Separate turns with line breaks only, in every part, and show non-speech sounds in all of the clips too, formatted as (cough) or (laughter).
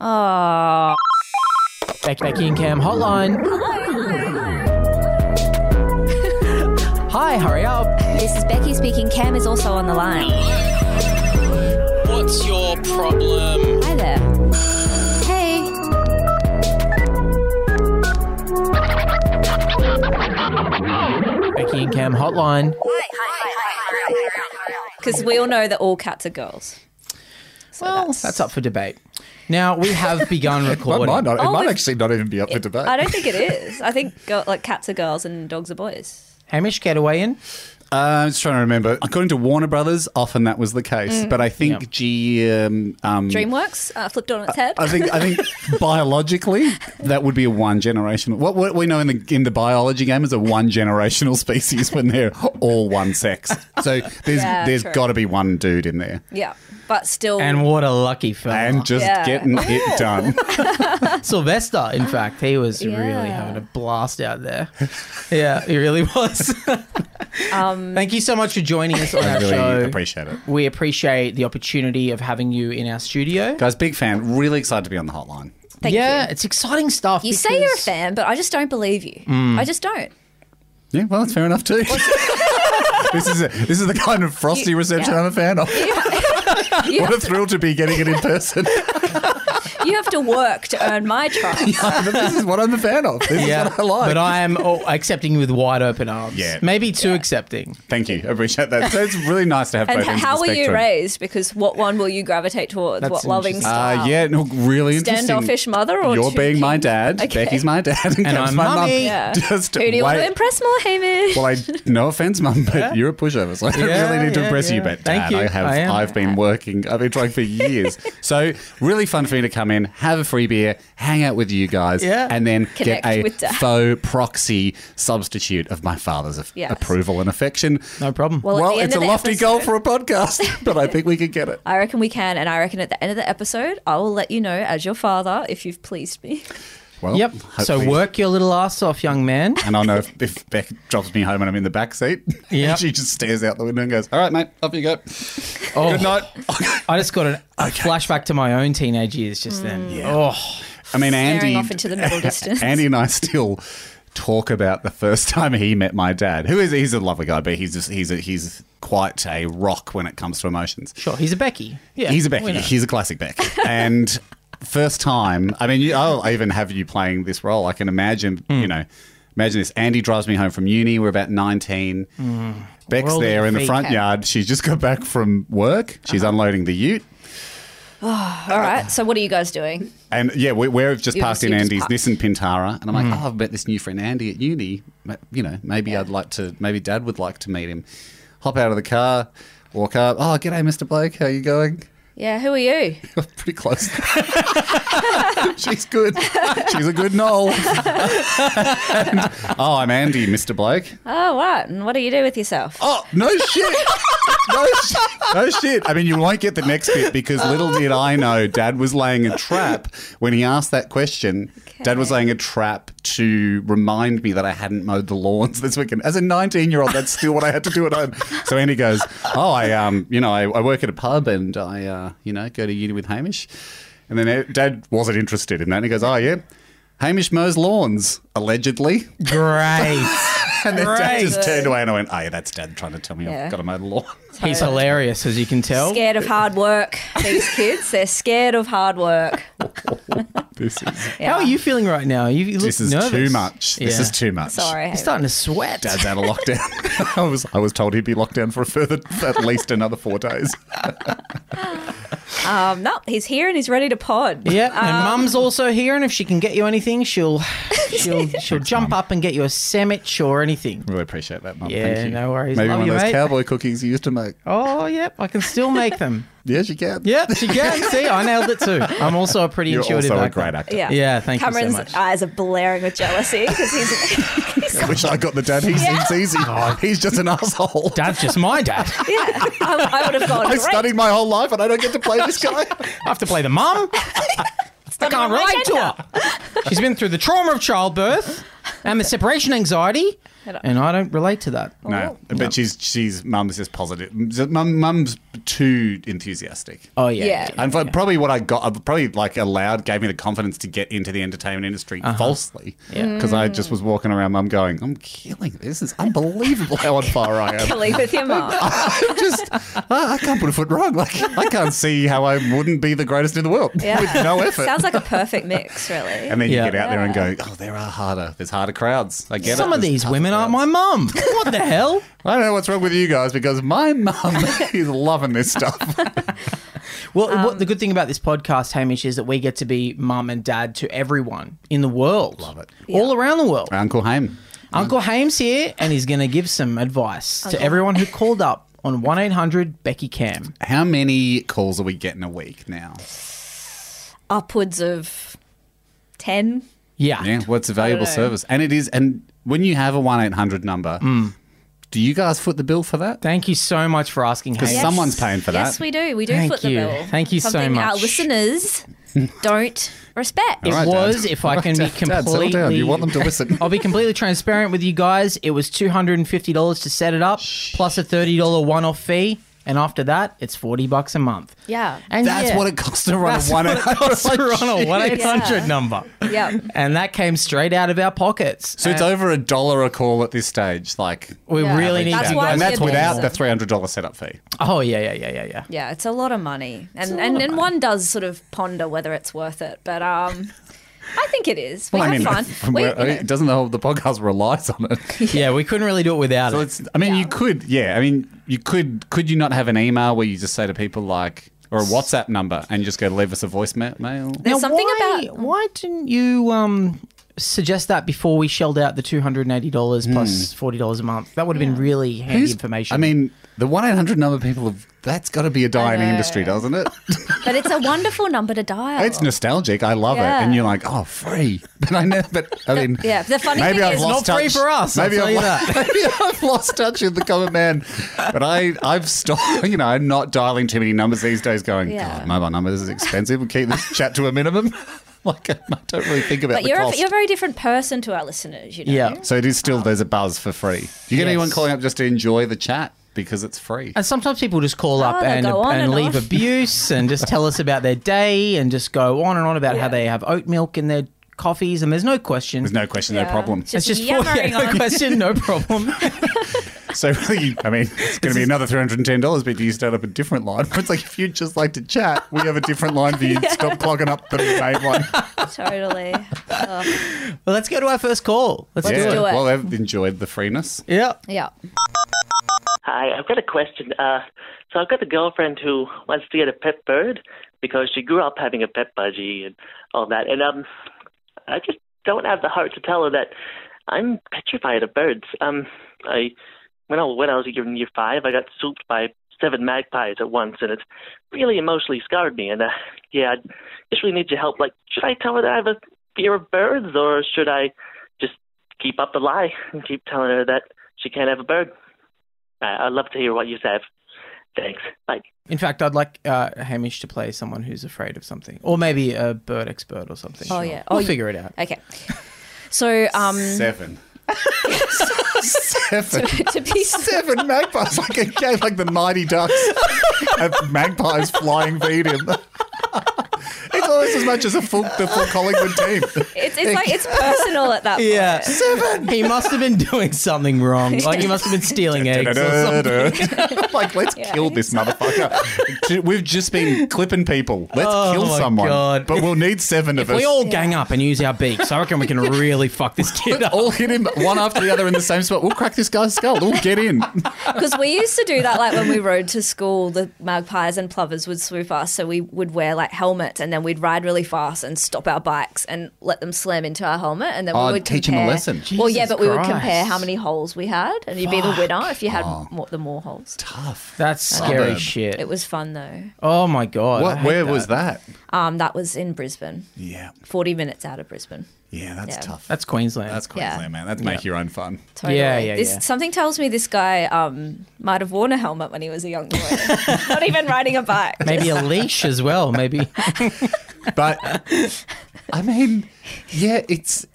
Oh.
Beck, Becky and Cam hotline. Hi, hurry up.
This is Becky speaking. Cam is also on the line.
What's your problem?
Hi there. Hey.
Becky and Cam hotline.
Because we all know that all cats are girls. So that's-
That's up for debate. Now, we
(laughs)
have begun
Well, it
recording.
might, not, it
Oh,
might
we've-
actually not even be up for debate.
I don't think it is. I think girl, like cats are girls and dogs are boys.
Hamish, get away in.
Uh, I'm just trying to remember. According to Warner Brothers, often that was the case.
Mm.
But I think G. Um, um,
DreamWorks uh, flipped on its head.
I think
(laughs)
I think biologically that would be a one generational. What, what we know in the in the biology game is a one generational (laughs) species when they're all one sex. So there's
Yeah,
there's
true.
got to be one dude in there,
yeah, but still.
And what a lucky film.
and just
Yeah.
getting it done.
(laughs) Sylvester, in fact, he was really
Ah, Yeah.
having a blast out there. (laughs) Yeah, he really was. (laughs)
Um,
Thank you so much for joining us on
I
our (laughs)
really
show.
appreciate it,
we appreciate the opportunity of having you in our studio.
guys. Big fan. Really excited to be on the hotline.
thank
yeah,
you.
it's exciting stuff.
You say you're a
because-
fan, but I just don't believe you.
Mm.
I just don't.
Yeah, well, it's fair enough (laughs) too. this is a, this is the kind of frosty reception
yeah.
I'm a fan of. (laughs)
You
What a
have, to,
thrill to be getting it in
(laughs)
person. (laughs)
you have to work to earn my trust.
But this is what I'm a fan of. This
Yeah,
is what I like.
but I
(laughs)
am oh, accepting with wide open arms.
Yeah.
maybe too accepting.
Thank you. I appreciate that. So it's really nice to have
And
both ends of
how
the
were you
spectrum.
raised? Because what one will you gravitate towards?
That's
what loving
interesting.
style?
Uh, yeah, no, really interesting.
Standoffish mother or
You're
two
being my
kids?
dad.
Okay.
Becky's my dad. (laughs) And, Cam's
I'm
my mum.
mummy.
Yeah.
(laughs) Just
Who do you
wait.
want to impress more, Hamish?
well, I no offense, mum, but you're a pushover, so I don't
Yeah,
really need to
yeah,
impress you.
yeah.
But
Thank
dad,
you.
I have.
I am.
I've been working. I've been trying for years.
(laughs)
so really fun for me to come in, have a free beer, hang out with you guys,
Yeah.
and then
Connect with
get a
dad.
faux proxy substitute of my father's af-
Yes.
approval and affection.
No problem.
Well, at
well,
the end
it's a
of the
lofty goal
episode-
for a
(laughs)
podcast, but I think we could get it.
I reckon we can, and I reckon at the end of the episode, I will let you know as your father if you've pleased me. (laughs)
Well,
yep. So
hopefully-
work your little ass off, young man.
And I'll know if, if Beck drops me home and I'm in the back seat. (laughs)
Yeah.
she just stares out the window and goes, All right, mate, off you go.
Oh.
(laughs)
Good night.
I just got an, a flashback to my own teenage years just then.
Mm.
Oh,
I mean, Andy,
Staring off into the
(laughs)
middle distance.
Andy and I still talk about the first time he met my dad, who is he's a lovely guy, but he's just, he's a, he's quite a rock when it comes to emotions.
sure. He's a Becky. Yeah,
he's a
we
Becky.
know.
He's a
(laughs)
classic Beck. and first time, I mean, you, I'll even have you playing this role. I can imagine,
Hmm.
you know, imagine this. Andy drives me home from uni. We're about 19.
Hmm.
Beck's
World
there
of
in the front
feet.
yard. She's just got back from work. She's
Uh-huh.
unloading the ute.
All right. So what are you guys doing?
And yeah, we, we've just
You
passed
just-
in
you just
Andy's
passed.
Nissan Pintara, and I'm like, oh, I've met this new friend Andy at uni. Ma- You know, maybe I'd like to, maybe Dad would like to meet him. Hop out of the car, walk up. Oh, g'day, Mr. Blake. How you going? (laughs)
Yeah. Who are you?
Pretty close. (laughs) She's good. She's a good knoll. (laughs) And, oh, I'm Andy, Mr. Blake.
Oh, what? And what do you do with yourself?
Oh, no shit. No shit. No shit. I mean, you won't get the next bit because little did I know dad was laying a trap when he asked that question. Dad was laying a trap to remind me that I hadn't mowed the lawns this weekend. As a 19 year old, that's still what I had to do at home. So Andy goes, Oh, I, um, you know, I, I work at a pub and I, uh, you know, go to uni with Hamish. And then dad wasn't interested in that. And he goes, Oh, yeah. Hamish mows lawns, allegedly. (laughs)
great.
And then dad
Great.
just turned away and I went, oh, yeah, that's dad trying to tell me
Yeah.
I've got to mow the lawn.
he's hilarious, as you can tell.
Scared of hard work.
(laughs)
These kids, they're scared of hard work.
(laughs) this is,
Yeah.
How are you feeling right now? You, you look
(laughs) this is
nervous.
too much. This
Yeah.
is too much.
Sorry.
You're starting to sweat.
Dad's out of lockdown. (laughs) I was I was told he'd be locked down for a further at least another four days.
Um, no, he's here and he's ready to pod.
Yep, and
Um,
Mum's also here, and if she can get you anything,
(laughs)
she'll she'll she'll jump up and get you a sandwich or anything.
(laughs) Really appreciate that, Mum.
Yeah,
Thank you.
no worries.
Maybe
Love
one
you,
of those
mate.
cowboy cookies you used to make.
Oh, yep, I can still make them.
Yes, you can.
Yep, she
(laughs)
can. See, I nailed it too. I'm also a pretty
You're
intuitive
also a
actor.
great actor.
(laughs) Yeah.
Yeah, thank you so
Cameron's
much.
eyes are blaring with jealousy because
(laughs)
he's. (laughs)
I wish I got the dad. He seems (laughs) easy. He's just an (laughs) asshole.
Dad's just my dad.
yeah. I, I would have gone.
I
Great.
studied my whole life and I don't get to play this guy.
I have to play the mum. I can't relate to her. She's been through the trauma of childbirth and the separation anxiety
don't-
and I don't relate to that.
(laughs) Oh. No, but she's she's mum's just positive. Mum, mum's too enthusiastic.
Oh yeah,
Yeah.
And for- probably what I got, uh, probably like allowed, gave me the confidence to get into the entertainment industry
Uh-huh.
falsely. Yeah. Because I just was walking around, mum going, I'm killing this. It's unbelievable how on fire I
(laughs)
am.
Leave with your mum.
I'm just, I I can't put a foot wrong. Like, I can't see how I wouldn't be the greatest in the world with
(laughs)
no effort.
Sounds like a perfect mix, really.
and then
Yeah.
you get out there and go, oh, there are harder. There's harder crowds. I get it.
Some of
There's
these
tougher
women aren't
crowds.
my mum. What (laughs) the hell?
I don't know what's wrong with you guys because my mum (laughs) is loving this
(laughs)
stuff.
Well,
Um,
what the good thing about this podcast, Hamish, is that we get to be mum and dad to everyone in the world. Love
it. Uh,
All around the world.
Uncle Haim.
Uncle Haim's here and he's going to give some advice to everyone who called up on 1 800 Becky Cam.
How many calls are we getting a week now?
Upwards of 10.
Yeah.
Yeah, well, it's a valuable
know.
service. And it is. And when you have a 1 800 number,
Hmm.
do you guys foot the bill for that?
Thank you so much for asking, Hamish.
Yes. Someone's paying for
Yes,
that.
we do. We do
Thank
foot
you.
the bill.
Thank you so
Something Our
much.
(laughs)
listeners don't respect.
It
All right, Dad.
was, if I can be
(laughs) Dad,
completely.
settle down. You want them to listen.
I'll be completely transparent with you guys. It was two hundred and fifty dollars to set it up, plus a thirty dollar one off fee, and after that, it's forty bucks a month.
Yeah.
and
That's
yeah,
what it costs to run
that's
a 1
what it costs to (laughs)
800.
run a one eight
Yeah.
hundred number.
Yep.
And that came straight out of our pockets.
So it's
And
over a dollar a call at this stage. Like,
We
Yeah.
really need
That's
you
why
guys.
and
we
that's
did
without
that.
the $300 setup fee.
Oh yeah, yeah, yeah, yeah, yeah.
Yeah, it's a lot of money, and and, and one does sort of ponder whether it's worth it. But um, I think it is. We
Well, I
have
mean,
fun.
(laughs) from
We,
where-
you know,
it doesn't the whole the podcast relies on
(laughs)
it.
Yeah, we couldn't really do it without
So
it.
it's. I mean, you could. Yeah. I mean, you could. Could you not have an email where you just say to people like, or a WhatsApp number, and you just go leave us a voicemail?
there's something
why,
about
why didn't you um, suggest that before we shelled out the two hundred and eighty dollars plus forty dollars a month? That would have been really handy
Hmm. Who's-
information.
I mean, the one eight hundred number people have. That's got to be a dying
know.
industry,
(laughs)
doesn't it?
But it's
(laughs)
a wonderful number to dial.
it's nostalgic. I love
Oh. Yeah.
it. And you're like, oh, free. (laughs) But I never. But I mean,
(laughs) Yeah, the funny
maybe
thing
I've
is-
lost
It's not free
touch-
for us, I'll
Maybe
tell
I've
you
lo-
that.
(laughs) maybe I've lost touch with the common man. But I, I've stopped. (laughs) You know, I'm not dialing too many numbers these days. Going,
Yeah.
God, mobile number. This is expensive.
(laughs)
We'll keep this chat to a minimum. (laughs) like, um, I don't really think about
but
the
you're a,
cost.
you're a very different person to our listeners. You know.
yeah.
so it is still there's a buzz for free. Do you
Yes.
get anyone calling up just to enjoy the chat because it's free?
And sometimes people just call up
Oh, they
and,
go on
and,
and
leave
on.
abuse and just tell us about their day and just go on and on about how
Yeah.
they have oat milk in their coffees and there's no question.
There's no question,
Yeah.
no problem.
it's just (laughs)
Just yammering
no
on.
question,
(laughs)
no problem.
So (laughs) really, I mean, it's going to be another three hundred and ten dollars. But do you start up a different line? It's like if you'd just like to chat, we have a different line for you. Stop clogging up the main one.
(laughs) Totally.
well, let's go to our first call. Let's do it.
do it.
Well, they've enjoyed the freeness.
Yeah.
Yeah.
Hi, I've got a question. Uh, so I've got a girlfriend who wants to get a pet bird because she grew up having a pet budgie and all that, and um, I just don't have the heart to tell her that I'm petrified of birds. Um, I when I when I was in year five, I got swooped by seven magpies at once, and it really emotionally scarred me. And uh, yeah, I just really need your help. Like, should I tell her that I have a fear of birds, or should I just keep up the lie and keep telling her that she can't have a bird? Uh, I'd love to hear what you have. Thanks. Bye.
In fact, I'd like uh, Hamish to play someone who's afraid of something, or maybe a bird expert or something.
Oh, yeah.
we'll
Oh, you-
figure it out.
Okay. So um,
Seven. Seven.
(laughs) to be
Seven magpies, like a game, like the Mighty Ducks. and magpies flying feed him. (laughs) it's almost as much as a full, the full Collingwood team.
it's, it's like it's personal at that
(laughs) Yeah.
point.
Seven. He must have been doing
(laughs)
something wrong. Like he must have been stealing eggs or something. (laughs)
like, let's
Yeah,
kill this motherfucker. We've just been clipping people. Let's
Oh
kill
my
someone.
God.
But we'll need seven of
If
us.
we all gang up and use our beaks, I reckon we can really fuck this kid up.
(laughs) all hit him one after the other in the same spot. We'll crack this guy's skull. We'll
(laughs)
get in.
Because we used to do that, like when we rode to school, the magpies and plovers would swoop us. So we would wear like helmets, and then we'd ride really fast and stop our bikes and let them slam into our helmet, and then
Oh,
we would
teach 'em a
compare.
lesson.
well,
Jesus
yeah, but we would compare
Christ.
how many holes we had, and you'd be the winner if you had more, the more holes.
Tough.
(laughs)
That's scary
Suburb.
shit.
It was fun though.
oh my god. I
What,
hate
where was that?
Um, that was in Brisbane,
Yeah.
forty minutes out of Brisbane.
Yeah, that's
Yeah.
tough.
That's Queensland.
That's Queensland, man. That's make your own fun.
Totally.
Yeah, yeah,
this,
yeah.
Something tells me this guy um, might have worn a helmet when he was a young boy. (laughs) Not even riding a bike.
Maybe a leash as well. Maybe.
But I mean, yeah, it's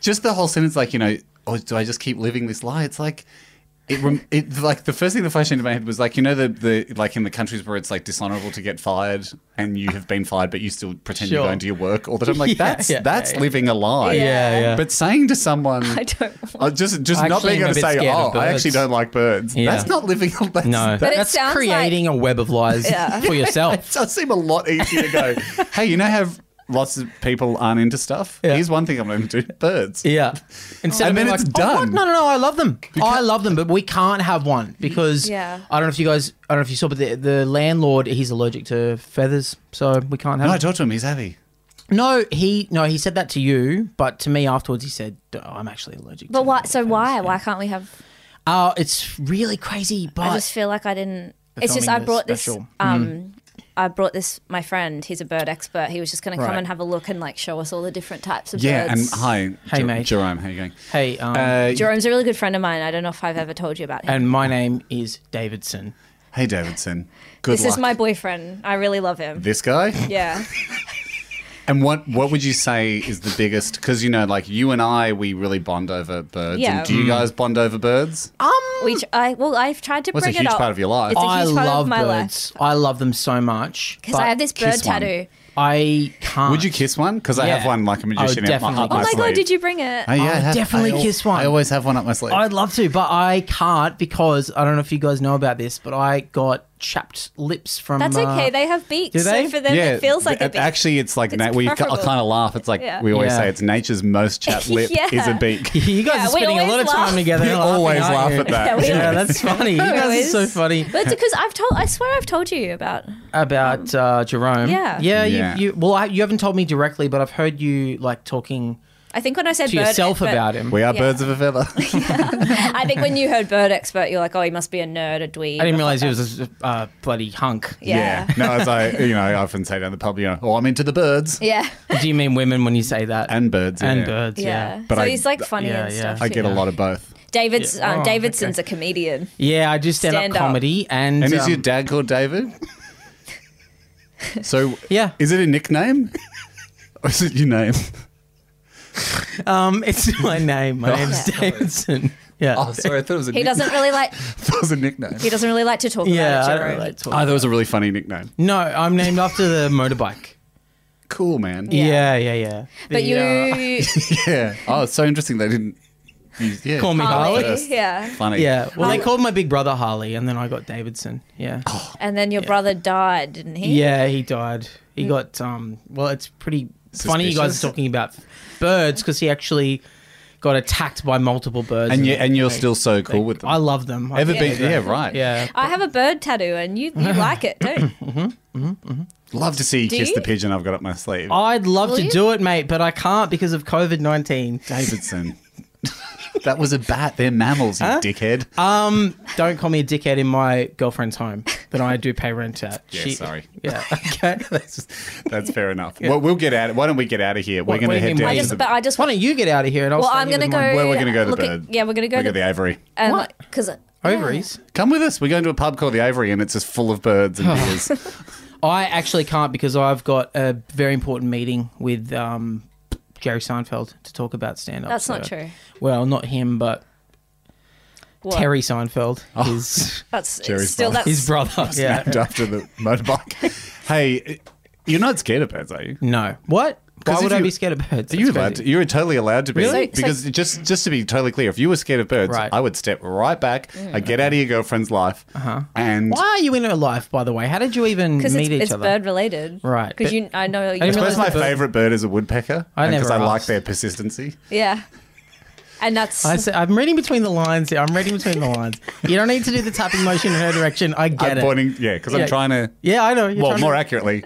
just the whole sentence. Like you know, or do I just keep living this lie? It's like. It, rem- it like the first thing that flashed into my head was like you know the, the like in the countries where it's like dishonorable to get fired and you have been fired but you still pretend you're
Sure.
going to your work all the time
(laughs)
like
Yeah,
that's
yeah,
that's
yeah.
living a lie
Yeah, yeah.
but saying
(laughs)
to someone
(laughs) I don't want
uh, just just
I
not
actually
being
am
able
a
to
bit
say
scared
oh
of
I
birds."
actually don't like birds
Yeah.
that's not living a that's,
No,
that's
it
that's
sounds like-
creating a web of
(laughs)
lies
Yeah.
for yourself.
It does seem a lot easier to go, hey, you know how lots of people aren't into stuff?
Yeah.
Here's one thing I'm going to do birds.
Yeah. Instead
And
of
then
being
it's
like, "Oh,
done."
no, no, no. I love them. Oh, I love them, but we can't have one because
Yeah.
I don't know if you guys, I don't know if you saw, but the, the landlord he's allergic to feathers, so we can't have.
No, I
it.
talked to him. He's happy.
No, he no, he said that to you, but to me afterwards he said, "Oh, "I'm actually allergic."
But
to
why? So
feathers."
why? Why can't we have?
Oh, it's really crazy. But
I just feel like I didn't. It's just I
filming the
brought this.
special.
Mm.
Um, I brought this. My friend, he's a bird expert. He was just going to come
Right.
and have a look and like show us all the different types of
Yeah,
birds.
and hi.
Hey,
Jer-
mate.
Jerome, how you going?
hey, um,
Uh,
Jerome's a really good friend of mine. I don't know if I've ever told you about him.
and my name is Davidson.
hey, Davidson. Good
This
luck.
is my boyfriend. I really love him.
this guy?
Yeah.
And what, what would you say is the biggest? Because, you know, like you and I, we really bond over birds.
Yeah.
And do you guys bond over birds?
Uh,
We. Tr- I well, I've tried to
Well, it's a
bring it
huge
up.
part of your life.
It's a huge
I
part
love
of my life
birds. I love them so much.
because I
but
have this bird
kiss one.
tattoo.
I can't.
Would you kiss one? Because I have
Yeah.
one like
I
a
would
magician up my,
definitely
up
Oh
my
my
kiss
sleeve.
god! Did you bring it?
Oh, yeah, I have-
definitely
I al-
kiss one.
I always have one up my sleeve.
I'd love to, but I can't because I don't know if you guys know about this, but I got chapped lips from.
That's
uh,
okay. They have beaks,
do they?
so for them it feels like
th-
a beak.
Actually, it's like
It's
na- we kind
preferable.
of laugh. It's like
Yeah.
we always
Yeah.
say it's nature's
(laughs)
most chapped lip
Yeah.
is a
(laughs)
(laughs)
beak.
you guys
Yeah,
are
we
spending a lot
always
of time
laugh.
together.
You
laughing,
always
aren't
laugh
you?
at that.
Yeah, we
Yeah,
always- (laughs)
that's funny. You guys are so
Always.
funny
But it's because I've told. I swear I've told you about.
about uh, Jerome.
Yeah.
yeah. you-
Yeah.
You, well, I, you haven't told me directly, but I've heard you like talking
I think when I said
to
bird
yourself
expert-
about him.
We are
Yeah.
birds of a feather.
I think when you heard bird expert, you're like, oh, he must be a nerd, a dweeb.
I didn't realize he was a uh, bloody hunk.
(laughs) Yeah. yeah.
No, as I you know, I often say down the pub, you know, oh, I'm into the birds
Do you mean women when you say that?
and birds.
And
yeah.
birds. Yeah.
Yeah.
But
so
I-
he's like funny
yeah,
and
yeah.
stuff.
I get a
too.
lot of both.
David's
Yeah.
um,
Oh,
Davidson's a comedian.
Yeah, I do stand,
Stand
up
up.
comedy and,
And is
um,
your dad called David? So
Yeah.
is it a nickname? Or is it your name?
um it's (laughs) my name.
Oh,
My name's
Yeah.
Davidson. Yeah.
sorry, I thought it was a
He doesn't really like.
(laughs) That was a nickname.
He doesn't really like to talk
yeah,
about it.
I don't
Jerome.
know, that's what-
Oh, that was a really funny nickname.
No, I'm named after the motorbike.
Cool, man.
Yeah.
Yeah, yeah, yeah.
but
The,
you,
uh,
(laughs)
(laughs)
Yeah. Oh, it's so interesting they didn't. Yeah.
call me Harley.
Harley,
Harley.
(laughs) yeah,
Funny.
Yeah. Well, they
Harley.
called my big brother Harley, and then I got Davidson. Yeah.
Oh.
and then your brother died, didn't he?
Yeah, he died.
Mm.
He got um. Well, it's pretty funny you guys
Suspicious.
are talking about birds because he actually got attacked by multiple birds.
And you and you're
they-
still so cool with them.
I love them. I
Ever
think
been?
they're
Yeah,
great.
right.
Yeah.
I have a bird tattoo, and you, you like it
(laughs)
too.
Love to see you
Do
kiss
you?
the pigeon I've got up my sleeve.
I'd love
Will
to
you?
do it, mate, but I can't because of COVID nineteen.
Davidson. (laughs) that was a bat. They're mammals, you dickhead.
Um, don't call me a dickhead in my girlfriend's home that I do pay rent at.
Yeah, sorry. (laughs)
Yeah. Okay.
That's fair enough. Well, we'll get out. Why don't we get out of here? We're
What-
going
what
to
do you
head
mean,
down
I
wait?
to
just,
the.
but I just.
Why don't you get out of here and I'll
well,
stay
I'm
here
gonna
with
go.
my-
Where we're gonna go to
look
bird.
At, yeah, we're gonna go
Look
to
at the Avery.
and,
What?
like, Cause uh,
Ovaries.
Come with us. We're going to a pub called the Avery, and it's just full of birds (laughs) and beers.
I actually can't because I've got a very important meeting with um, Jerry Seinfeld to talk about stand up.
That's not true.
Well, not him, but
What?
Terry
(laughs)
Seinfeld,
Oh.
his,
That's it's
Jerry's
still
mum.
that's
his brother. yeah.
Named after the motorbike. hey, you're not scared of birds, are you?
No. What? Why
if
would I
you-
be scared of birds?
Are you
That's
allowed?
crazy.
To, you're totally allowed to be
Really?
So-
because just just to be totally clear, if you were scared of birds,
Right.
I would step right back.
Mm.
I'd get out of your girlfriend's life,
Uh-huh.
and
Why are you in her life, by the way? How did you even meet
because it's,
each
it's
other?
bird related,
Right.
Because you, I know you.
I
I suppose
realize
my
the bird-
favorite bird is a woodpecker
I
because I
never
like
asked.
their persistency.
Yeah. And that's
I say, I'm reading between the lines here. I'm reading between the lines. You don't need to do the tapping motion in her direction. I get
I'm
it.
pointing, yeah, because
Yeah.
I'm trying to.
Yeah, I know. You're
well,
trying
more
to,
accurately,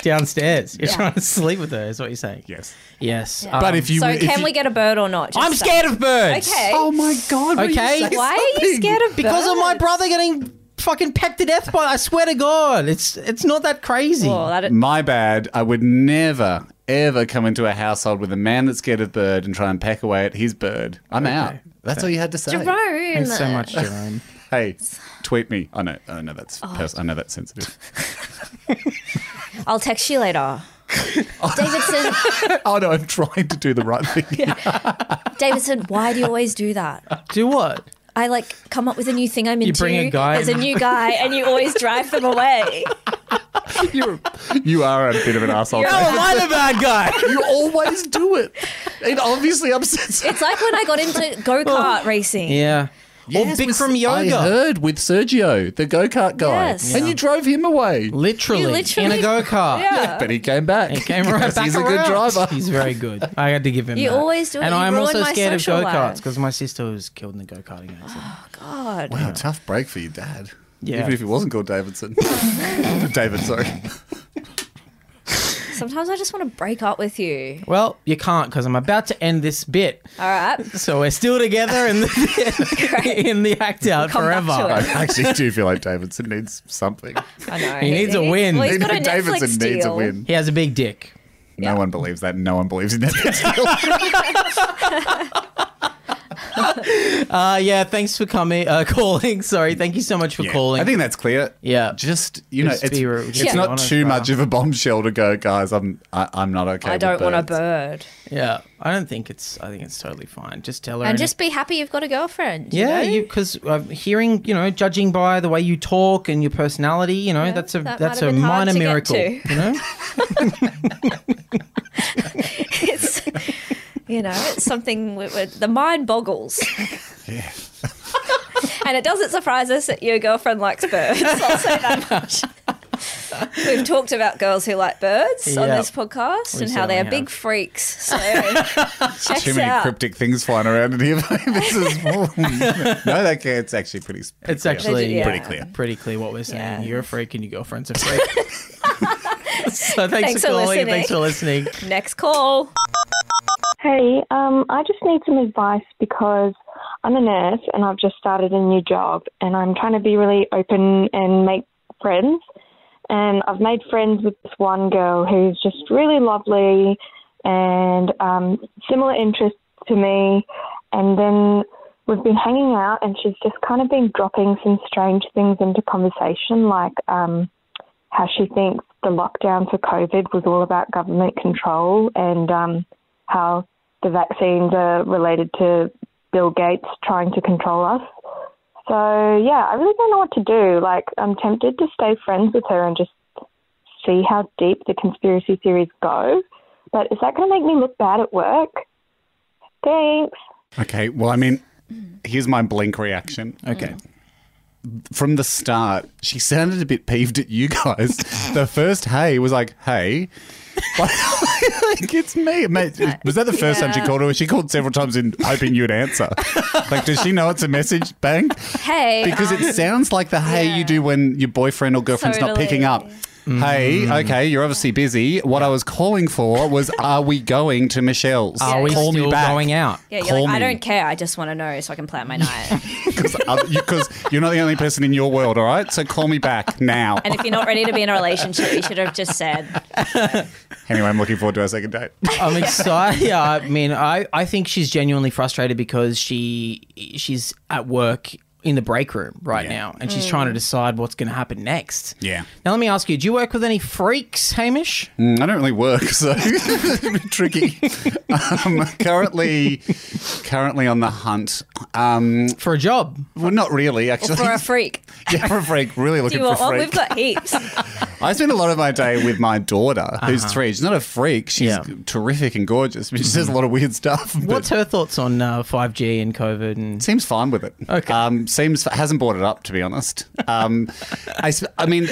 downstairs. You're
Yeah.
trying to sleep with her, is what you're saying.
yes.
Yes.
But
um,
if you,
so.
if
can
you-
we get a bird or not? Just
I'm
say-
scared of birds.
Okay.
Oh my god! will you
Okay.
say
Why are you
something?
scared of birds?
Because of my brother getting fucking pecked to death by. I swear to God, it's it's not that crazy.
Well, Oh, that-
My bad. I would never ever come into a household with a man that's scared of bird and try and peck away at his bird. I'm out. That's all you had to say.
Jerome.
Thanks so much, Jerome.
Hey, tweet me. I
Oh.
know. I know that's. Pers- I know that's sensitive.
(laughs)
I'll text you later. Davidson,
(laughs) Oh no, I'm trying to do the
(laughs)
right thing.
Davidson, why do you always do that?
Do
(laughs)
what?
I like come up with a new thing I'm into.
bring a guy
There's a
in.
new guy, and you always drive them away.
(laughs) You're, you are a bit of an asshole.
Oh, am I the bad guy?
(laughs) You always do it. It obviously upsets.
It's like when I got into go kart racing.
Oh, Yeah. or
Yes,
Big
with-
from
I
Yoga.
heard with Sergio, the go kart guy,
Yes.
and you drove him away.
Literally,
You literally-
in a go kart.
Yeah.
But he came back.
He came right
'Cause
back
He's a
around.
good driver.
He's very good. I had to give him.
You
that.
always do it.
And
You
I'm
ruin
also
my
scared of
social
go
life.
karts because my sister was killed in a go karting accident.
God.
Wow, tough break for your dad.
Yeah.
Even if he wasn't called Davidson. (laughs) David, sorry.
Sometimes I just want to break up with you.
Well, you can't because I'm about to end this bit.
All right. (laughs)
So we're still together in the (laughs) in the act out
Come back
forever.
I
to
actually do feel like Davidson needs something.
I know.
He needs a win.
Well, he's got a Netflix
(laughs) Davidson needs a
deal.
win.
He has a big dick.
No one believes that. No one believes in that.
Uh, yeah. Thanks for coming. Uh, (laughs) calling. Sorry. Thank you so much for
Yeah.
calling.
I think that's clear.
Yeah.
Just you know,
Just
it's,
be re-
it's
just be
not
honest,
too
bro.
much of a bombshell to go, guys. I'm I, I'm not okay.
I don't
with
want a
birds."
bird.
yeah. I don't think it's. I think it's totally fine. Just tell her.
And just be happy you've got a girlfriend. you
Yeah,
know?
you because uh, hearing, you know, judging by the way you talk and your personality, you know, that's a
that
that's
might
a
have been hard
minor
to get
miracle.
to.
You know,
(laughs) It's, (laughs) you know, it's something we- we- the mind boggles.
Yeah.
And it doesn't surprise us that your girlfriend likes birds. I'll say that much. We've talked about girls who like birds on
Yeah.
this podcast
We
and how they are
certainly
big
have.
freaks.
(laughs)
So check
Too
us
many
out.
cryptic things flying around in here. (laughs) this is no, that can, it's actually pretty. pretty
it's
clear.
actually
yeah.
pretty clear.
(laughs) pretty clear what we're
Yeah.
saying. You're a freak and your girlfriend's a
(laughs)
freak. so
Thanks
thanks, for
for
calling.
listening.
Thanks
(laughs)
for listening.
Next call.
Hey, um, I just need some advice because I'm a nurse and I've just started a new job and I'm trying to be really open and make friends. And I've made friends with this one girl who's just really lovely and um, similar interests to me. And then we've been hanging out and she's just kind of been dropping some strange things into conversation, like um, how she thinks the lockdown for COVID was all about government control and um, how the vaccines are related to Bill Gates trying to control us. So, yeah, I really don't know what to do. Like, I'm tempted to stay friends with her and just see how deep the conspiracy theories go. But is that going to make me look bad at work? Thanks.
Okay. Well, I mean, here's my blink reaction. Okay. From the start, she sounded a bit peeved at you guys. (laughs) the first hey was like, hey. (laughs) like, it's me. Mate, was that the first time she called her? She called several times in hoping you'd (laughs) answer. like, does she know it's a message bank?
Hey.
Because
um,
it sounds like the hey you do when your boyfriend or girlfriend's not picking up. Hey, okay, you're obviously busy. What I was calling for was, are we going to Michelle's?
Are we
Call me
still
back.
going out?
yeah, you're
call
like, I
me.
don't care. I just want to know so I can plan my night.
because you're not the only person in your world, all right? So call me back now.
and if you're not ready to be in a relationship, you should have just said,
Anyway, I'm looking forward to our second date.
I'm excited. yeah, I mean, I, I think she's genuinely frustrated because she she's at work in the break room right
Yeah.
now, and she's
Mm.
trying to decide what's going to happen next.
Yeah.
Now let me ask you: Do you work with any freaks, Hamish?
Mm, I don't really work, so (laughs) it's a bit tricky. Um, currently, currently on the hunt. Um,
For a job?
well, not really, actually.
for a freak.
(laughs) yeah, for a freak. Really
Do
looking
you want
for a
one?
freak.
We've got heaps.
I spend a lot of my day with my daughter, who's three. She's not a freak. She's
Uh-huh. Yeah.
terrific and gorgeous, but she says a lot of weird stuff. but-
What's her thoughts on uh, 5G and COVID? And
Seems fine with it.
Okay.
Um, seems hasn't brought it up to be honest. Um, I, s- I mean,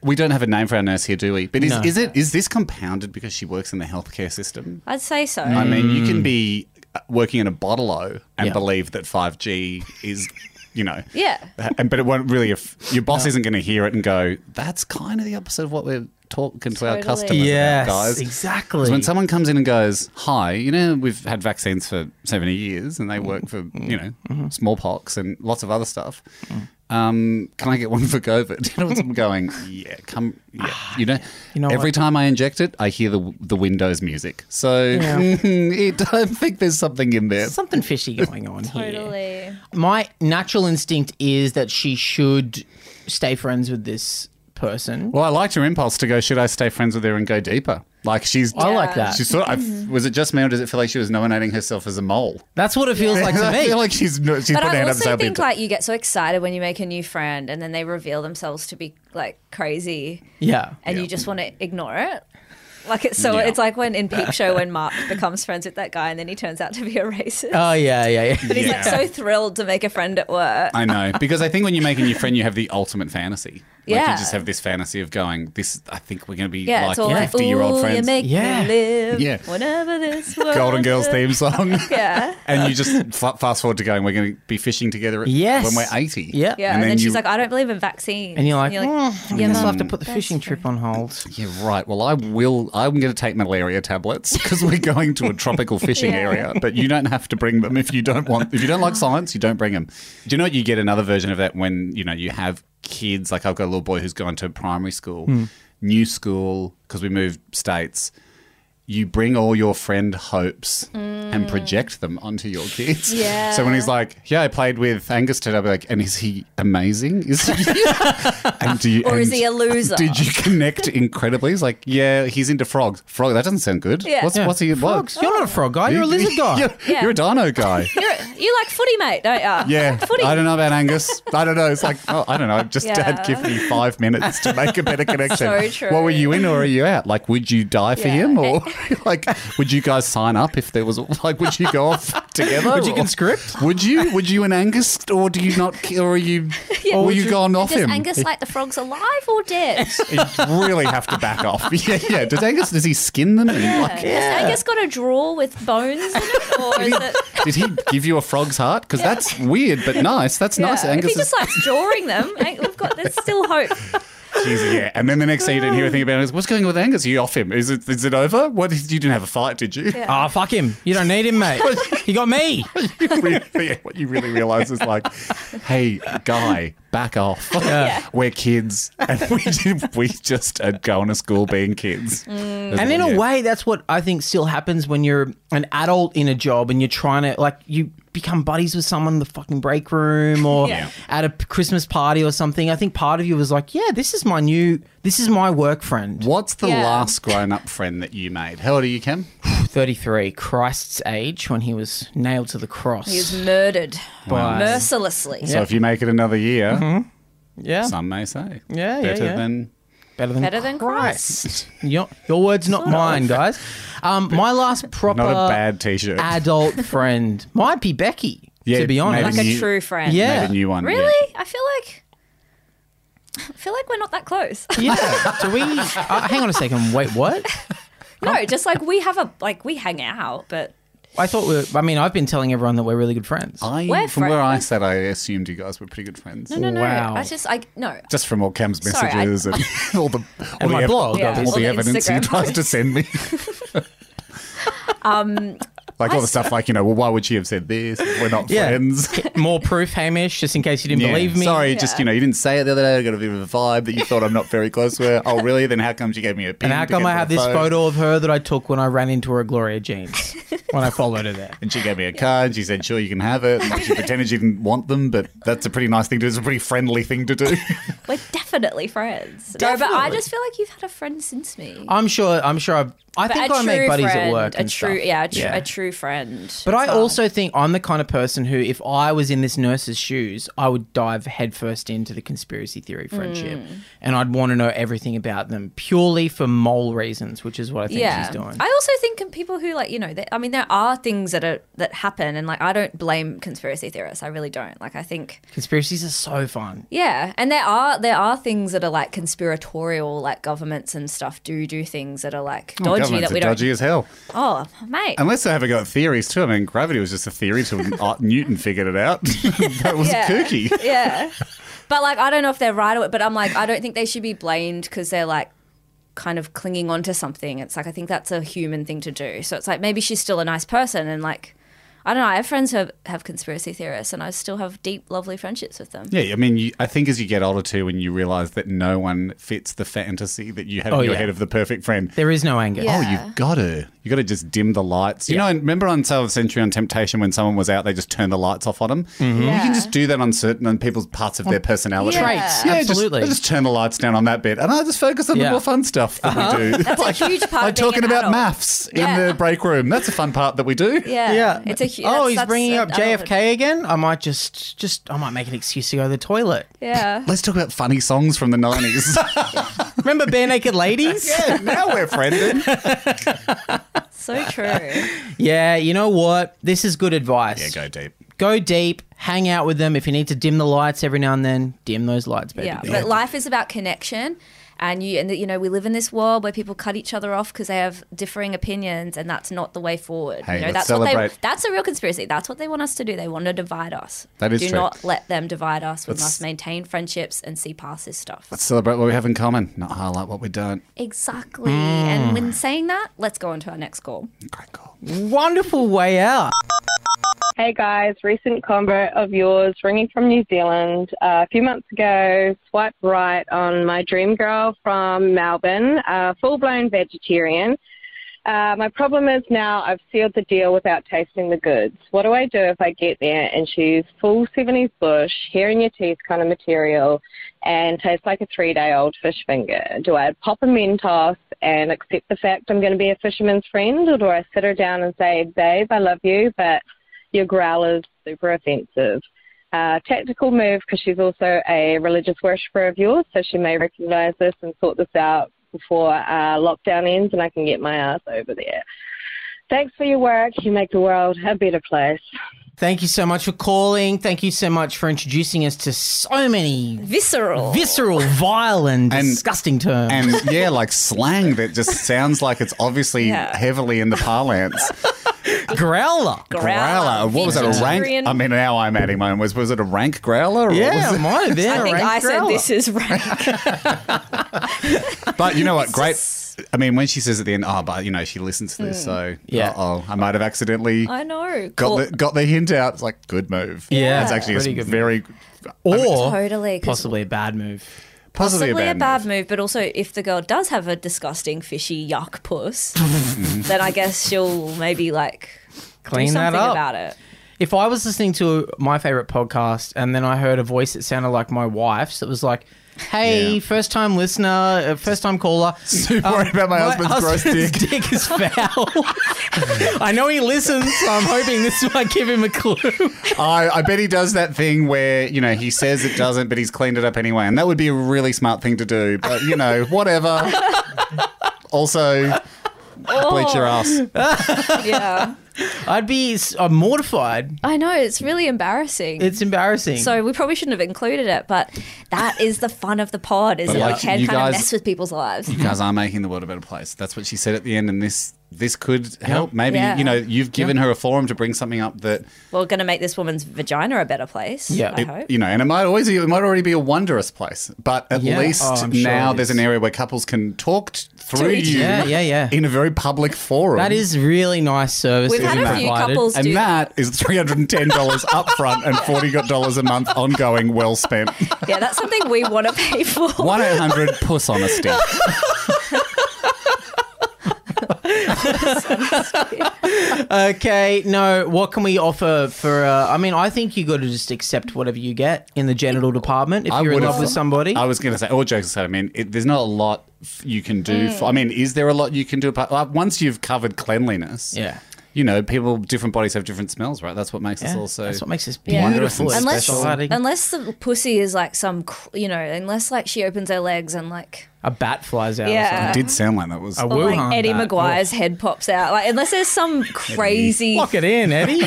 we don't have a name for our nurse here, do we? But is,
No.
is it is this compounded because she works in the healthcare system?
I'd say so.
I mean, you can be uh, working in a bottle o and
Mm. Yeah.
believe that five G is, you know, Uh,
Yeah.
And but it won't really. If your boss isn't going to hear it and go, that's kind of the opposite of what we're talking to our
Totally.
customers
Yes,
about, guys.
exactly.
So when someone comes in and goes, "Hi, you know, we've had vaccines for seventy years, and they work for you know
Mm-hmm.
smallpox and lots of other stuff. Um, can I get one for COVID?" (laughs) You know, it's- I'm going, "Yeah, come, yeah, you know."
Ah, You know
every
what?
time I inject it, I hear the the Windows music. So (laughs) it, I think there's something in there.
Something fishy going on here.
Totally.
My natural instinct is that she should stay friends with this person.
Well, I liked her impulse to go, should I stay friends with her and go deeper? Like she's.
I like that.
She sort of,
Mm-hmm.
I, was it just me or does it feel like she was nominating herself as
(laughs)
a mole?
That's what it feels like to
(laughs) I
me.
feel like she's, no- she's
But
putting her
I
hand up to
also
say,
think like you get so excited when you make a new friend and then they reveal themselves to be like crazy
yeah.
and
Yeah.
you just want to ignore it. Like it's so
Yeah.
it's like when in Peep Show
(laughs)
when Mark becomes friends with that guy and then he turns out to be a racist.
Oh yeah, yeah, yeah.
but he's like
yeah.
so thrilled to make a friend at work.
I know because I think when you make a new friend, you have the ultimate fantasy. like
Yeah.
you just have this fantasy of going. This I think we're going to be
Yeah,
like
it's all like,
fifty year old
ooh, you
friends.
make
Yeah.
me live
Yeah.
whenever this world
(laughs) Golden Girls
ends."
theme song.
(laughs) Yeah.
and you just f- fast forward to going. We're going to be fishing together at,
Yes.
when we're eighty.
Yeah.
Yeah, and,
And
then,
then you-
she's like, I don't believe in vaccines.
And you're like, "Mm, I
yeah,
guess I'll
mum,
have to put the
that's
fishing trip
true."
on hold.
Yeah, right. Well, I will. I'm going to take malaria tablets because we're going to a
(laughs)
tropical fishing
Yeah.
area. But you don't have to bring them if you don't want. If you don't like science, you don't bring them. Do you know what? You get another version of that when you know you have kids. Like I've got a little boy who's gone to primary school,
Hmm.
new school because we moved states. You bring all your friend hopes and project them onto your kids.
Hmm. Yeah.
So when he's like, "Yeah, I played with Angus today," I'll be like, "And is he amazing? Is
(laughs)
he?" (laughs) and do you,
Or is
and-
he a loser?
Did you connect incredibly? He's like, yeah, he's into frogs. Frog, that doesn't sound good.
Yeah.
What's,
Yeah.
what's he
Frogs. You're not a frog guy. You're a lizard
(laughs)
guy.
you're,
Yeah.
you're a dino
(laughs)
guy.
You're, you like footy, mate, don't you? (laughs)
Yeah,
footy.
I don't know about Angus. I don't know. It's like, oh, I don't know. Just Dad,
Yeah.
give me five minutes to make a better connection.
(laughs) So true.
What were you in or are you out? Like, would you die for
Yeah. (laughs)
him or (laughs) like, would you guys sign up if there was like, would you go
(laughs)
off together?
Would you
or-
conscript?
Would you? Would you and Angus, or do you not? Or are you? or were
would
you,
you-
gone off
Does
him?
Angus like the frogs alive or dead?
(laughs) you really have to back off. (laughs) Yeah, yeah. Does Angus does he skin them? And
Yeah.
like,
Has Angus got a drawer with bones in it, or is it?
did he give you a frog's heart? Because that's weird, but nice. That's (laughs) nice.
Yeah. If
Angus
he
is
just likes drawing them, Ang- we've got there's still hope.
Jeez, yeah. And then the next thing you didn't hear anything about is what's going on with Angus? Are you off him? Is it is it over? What you didn't have a fight, did you? (laughs)
Ah, fuck him. You don't need him, mate. he got me.
Really- yeah, what you really realise is like, hey, guy,
(laughs)
back off. (laughs) We're kids, and we just, we just are going to school being kids.
Mm.
And in
Yeah.
a way, that's what I think still happens when you're an adult in a job and you're trying to, like, you become buddies with someone in the fucking break room or
Yeah.
at a p- Christmas party or something. I think part of you was like, yeah, this is my new, this is my work friend.
What's the
Yeah.
last grown-up friend that you made? How old are you, Kim?
33, Christ's age when he was nailed to the cross.
He was murdered
By-
mercilessly.
So if you make it another year,
(laughs) yeah.
some
(laughs)
may say,
Yeah, yeah,
better
yeah.
than
Better than,
Better than Christ.
Your, your words, not mine, guys. Um, my last proper
not a bad T-shirt.
adult friend might be Becky,
Yeah,
to be honest.
maybe.
Like
You-
a true friend.
Yeah.
Made a new one. yeah.
Really? I feel like I feel like we're not that close. (laughs)
Yeah. Do we? Uh, hang on a second. Wait, what?
no, just like we have a like we hang out, but
I thought we. Were, I mean, I've been telling everyone that we're really good friends.
I,
We're
from where I
friends.
sat, I assumed you guys were pretty good friends.
no, no.
Wow.
I just I no.
Just from all Cam's
Sorry, I-
messages and
(laughs)
all the all
my
the ev-
blog,
Yeah,
all
obviously.
the
all the
evidence he
Instagram
tries to
(laughs)
send me. (laughs)
Um,
like all the stuff, like you know, well, why would she have said this? We're not
Yeah.
friends.
(laughs) More proof, Hamish, just in case you didn't
Yeah.
believe me.
Sorry, just
Yeah.
you know, you didn't say it the other day. I got a bit of a vibe that you thought I'm not very close to her. Oh, really? Then how come she gave me a pin?
And how
to
come
get
I
to
have
the
this
phone?
photo of her that I took when I ran into her at Gloria
(laughs)
Jeans when I followed her there?
And she gave me a card. And she said, "Sure, you can have it." And she pretended she didn't want them, but that's a pretty nice thing to do. It's a pretty friendly thing to do.
We're definitely friends. No, but I just feel like you've had a friend since me.
I'm sure. I'm sure. I've, I
But
think
a
I make
true
buddies
friend,
at work.
A
and
true,
stuff.
yeah, a, tr- a true friend.
But I
as well.
also think I'm the kind of person who, if I was in this nurse's shoes, I would dive headfirst into the conspiracy theory
Hmm.
friendship, and I'd want to know everything about them purely for mole reasons, which is what I think
yeah.
she's doing.
I also think in people who like you know, that I mean, there are things that are that happen, and like I don't blame conspiracy theorists. I really don't. Like I think,
Conspiracies are so fun.
yeah, and there are there are things that are like conspiratorial, like governments and stuff do do things that are like dodgy
Oh, Governments
that
are
we don't.
dodgy as hell.
Oh, mate.
Unless they have a go at theories too. I mean, gravity was just a theory till uh, Newton figured it out. (laughs) that was
Yeah.
kooky.
yeah. (laughs) But like, I don't know if they're right or But I'm like, I don't think they should be blamed because they're like kind of clinging on to something. It's like, I think that's a human thing to do. So it's like, maybe she's still a nice person and like, I don't know. I have friends who have, have conspiracy theorists, and I still have deep, lovely friendships with them.
Yeah, I mean, you, I think as you get older too, when you realize that no one fits the fantasy that you had
Oh,
in your
yeah.
head of the perfect friend.
There is no anger.
Yeah.
Oh, you've got to. you got to just dim the lights. You know, and remember on Sale of the Century on Temptation when someone was out, they just turned the lights off on them?
Mm-hmm.
You can just do that on certain on people's parts of their personality.
Oh, Yeah. traits,
just-
absolutely.
Just, turn the lights down on that bit. And I just focus on
Yeah.
the more fun stuff that we do.
That's a huge part.
like
of being
talking
an
about
adult.
maths
Yeah.
in the break room. That's a fun part that we do.
Yeah,
Yeah.
It's a huge.
oh, he's bringing up JFK again. I might just, just, I might make an excuse to go to the toilet.
(laughs)
Yeah.
Let's talk about funny songs from the 90s.
Remember bare naked ladies?
(laughs)
yeah, now we're friended.
So true.
Yeah, you know what? This is good advice.
Yeah, go deep.
Go deep, hang out with them. If you need to dim the lights every now and then, dim those lights, baby.
yeah. But life is about connection. And you and you know we live in this world where people cut each other off because they have differing opinions, and that's not the way forward.
Hey,
you know,
let's
that's what they
celebrate.
that's a real conspiracy. That's what they want us to do. They want to divide us.
That is
do
true.
not let them divide us. We
Let's-
must maintain friendships and see past this stuff.
Celebrate what we have in common, not highlight what we don't.
Exactly.
Mm.
And when saying that, let's go on to our next call.
Great call.
Wonderful way out.
Hey guys, recent convert of yours ringing from New Zealand. Uh, a few months ago, swipe right on my dream girl from Melbourne, uh, full blown vegetarian. Uh, my problem is now I've sealed the deal without tasting the goods. What do I do if I get there and she's full 70s bush, hair in your teeth kind of material, and tastes like a three day old fish finger? Do I pop a Mentos and accept the fact I'm going to be a fisherman's friend, or do I sit her down and say, babe, I love you, but your growl is super offensive. Uh, tactical move because she's also a religious worshipper of yours, so she may recognise this and sort this out before uh, lockdown ends and I can get my ass over there. Thanks for your work. You make the world a better place.
Thank you so much for calling. Thank you so much for introducing us to so many
Visceral.
visceral, vile, and,
And-
disgusting terms.
And yeah, like slang that just sounds like it's obviously
Yeah.
heavily in the parlance.
growler.
Growler. What was it? A rank?
vegetarian.
I mean, now I'm adding mine. Was was it a rank growler? Or
Yeah,
was it-
might have been.
I
a
think
rank
I said
growler.
this
(laughs)
is rank.
But you know what? Great. I mean, when she says at the end, oh, but you know, she listens to this, so
Yeah.
oh, I might have accidentally
I know.
got
Call-
the got the hint out. It's like good move.
Yeah.
it's actually
Pretty
a
good move.
very
Or
Totally, 'cause-
possibly a bad move.
possibly,
Possibly a
move.
bad move. but also if the girl does have a disgusting, fishy, yuck (laughs) puss, then I guess she'll maybe like
Clean
do
that
something
up.
about it.
If I was listening to my favorite podcast and then I heard a voice that sounded like my wife's, it was like, "Hey,
Yeah.
first time listener, uh, first time caller,
Don't (laughs) worry about my, husband's, gross dick.
Oh, (laughs) dick is foul. (laughs) I know he listens, so I'm hoping this might give him a clue. (laughs)
I, I bet he does that thing where, you know, he says it doesn't, but he's cleaned it up anyway. And that would be a really smart thing to do. But, you know, whatever. also, bleach your ass.
Yeah,
I'd be s- uh, mortified.
(laughs) I know it's really embarrassing.
It's embarrassing.
so we probably shouldn't have included it, but that is the fun of the pod, is
But
that
like,
we can
you
kind
guys-
of mess with people's lives.
You guys are making the world a better place. That's what she said at the end. And this this could help. Maybe,
Yeah.
you know, you've given her a forum to bring something up that,
We're going to make this woman's vagina a better place.
Yeah.
I
It-
hope.
you know, and it might always it might already be a wondrous place. But at
Yeah.
least
Oh, I'm sure
now
it
there's
is.
an area where couples can talk t- through
each
you
other. Yeah,
(laughs)
yeah, yeah.
in a very public forum.
that is really nice service.
We've
that
had
you
a few
provided.
couples
And
do
that is three hundred and ten dollars upfront and forty dollars a month ongoing,
(laughs)
well spent.
Yeah, that's something we want to (laughs) pay for.
One eight hundred puss on a stick.
Okay, no. What can we offer for? Uh, I mean, I think you got to just accept whatever you get in the genital department if
I
you're in
would've-
love with somebody.
I was going to say, all jokes aside, I mean, it, there's not a lot f- you can
Hmm.
do. For, I mean, is there a lot you can do? Apart, like, once you've covered cleanliness,
Yeah.
you know, people, different bodies have different smells, right? That's what makes us also.
that's what makes this
Yeah.
beautiful.
Wondrous and
unless
special.
Exciting.
unless the pussy is like some cr- you know unless like she opens her legs and like
a bat flies out.
Yeah.
it did sound like that was.
Or something. A
or
Wuhan
like Eddie
bat.
Maguire's head pops out like unless there's some crazy
Lock it
(laughs)
in, Eddie.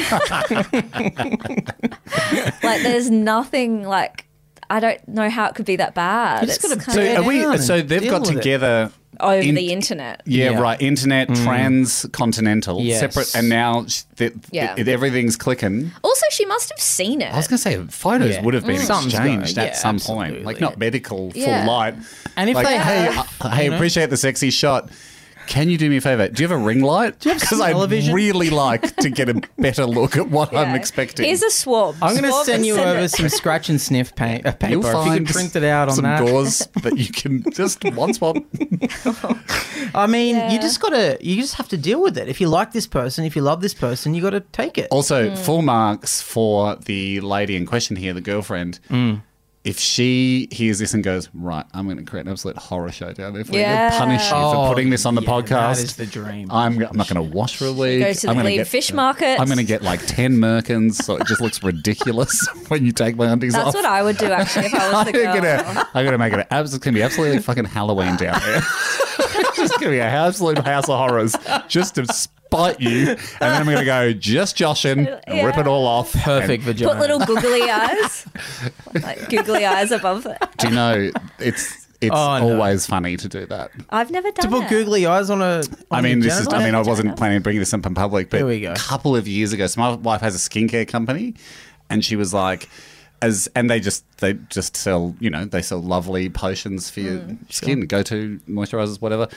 like there's nothing like I don't know how it could be that bad.
just
It's
gotta
kind
put
so,
of
are we,
down
so
and
they've
deal
got
with it.
together.
over
in-
the internet.
Yeah,
Yeah. Hmm.
right. Internet, transcontinental,
Yes.
separate, and now sh- th- th-
Yeah.
it- everything's clicking.
Also, she must have seen it.
I was going to say photos
Yeah.
would have been
Mm. Some's
exchanged
gonna-
at
yeah,
some
absolutely.
point, like not medical full
Yeah.
light.
And if
like,
they
hey,
have,
uh, hey, appreciate the sexy shot. Can you do me a favor? Do you have a ring light?
you
(laughs)
have
Because I
television?
really like to get a
(laughs)
better look at what I'm
Yeah.
expecting.
Here's a swab.
I'm going to
Swab
send
and
you
send
over
it.
some scratch and sniff pa- uh, paper.
You'll
if you can
find
print it out on
some
that.
gauze that you
(laughs)
can just one swap.
I mean, you
Yeah.
just gotta, you just have to deal with it. If you like this person, if you love this person, you got to take it.
Also,
Hmm.
full marks for the lady in question here, the girlfriend.
Hmm.
If she hears this and goes, right, I'm going to create an absolute horror show down there for you,
Yeah.
punish you for
Oh,
putting this on the
yeah,
podcast.
That is the dream.
I'm, I'm not going to wash for a week.
Go to the
I'm gonna
Glebe
get-
fish market.
I'm going to get like 10 merkins, so it just looks ridiculous (laughs) when you take my undies
That's
off.
what I would do actually if
(laughs)
I was the
I'm
girl.
gonna, I'm gonna make it. A, abs- it's gonna be absolutely fucking Halloween down there. it's (laughs) just gonna be an absolute house of horrors, just to spite you. And then I'm gonna go just joshing, and rip it all off.
Perfect
And,
vagina.
Put little googly eyes, like googly eyes above it.
do you know it's it's
Oh, no.
always funny to do that.
I've never done
to put
it.
googly eyes on a. on
I mean,
your
this is. I
genitals?
mean, I wasn't planning to bring this up in public, but
Here we go.
a couple of years ago, so my wife has a skincare company, and she was like, as and they just they just sell you know they sell lovely potions for your skin, go to moisturizers, whatever.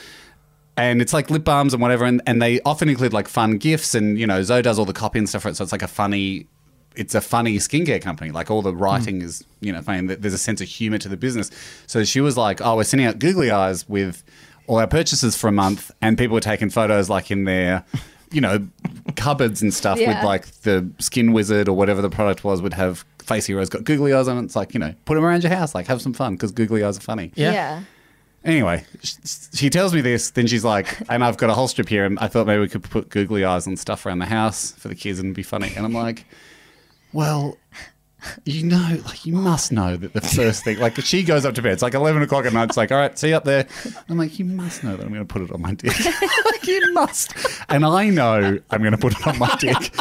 And it's like lip balms and whatever, and, and they often include like fun gifts, and you know Zoe does all the copy and stuff for it, so it's like a funny, it's a funny skincare company. Like all the writing is you know funny. and th- There's a sense of humor to the business. So she was like, oh, we're sending out googly eyes with all our purchases for a month, and people were taking photos like in their, you know, cupboards and stuff with
Yeah.
like the skin wizard or whatever the product was would have face heroes got googly eyes on it. It's like you know, put them around your house, like have some fun because googly eyes are funny.
Yeah.
Yeah.
Anyway, sh- she tells me this, then she's like, and I've got a whole strip here, and I thought maybe we could put googly eyes and stuff around the house for the kids and it'd be funny. And I'm like, well, you know, like you must know that the first thing, like she goes up to bed, it's like 11 o'clock at night, it's like, all right, see you up there. I'm like, you must know that I'm going to put it on my dick. (laughs) like, you must. And I know I'm going to put it on my dick.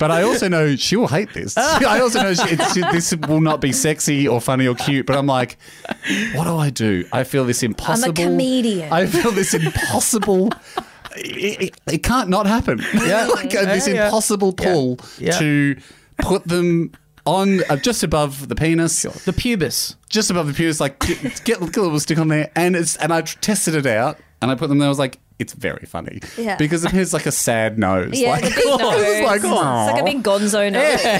But I also know she will hate this. (laughs) I also know she, it's, she, this will not be sexy or funny or cute. But I'm like, what do I do? I feel this impossible.
comedian.
I feel this impossible. It, it, it can't not happen. Yeah, (laughs) like, uh, this
Yeah, yeah.
impossible pull
Yeah.
to put them on uh, just above the penis,
the (laughs) pubis.
just above the penis. Like get, get, get a little stick on there, and it's and I tr- tested it out, and I put them there. I was like, it's very funny
Yeah.
because it appears like a sad nose.
Yeah,
like, (laughs)
the big nose.
It's like,
it's like a
"Aw."
big gonzo nose. (laughs)
yeah,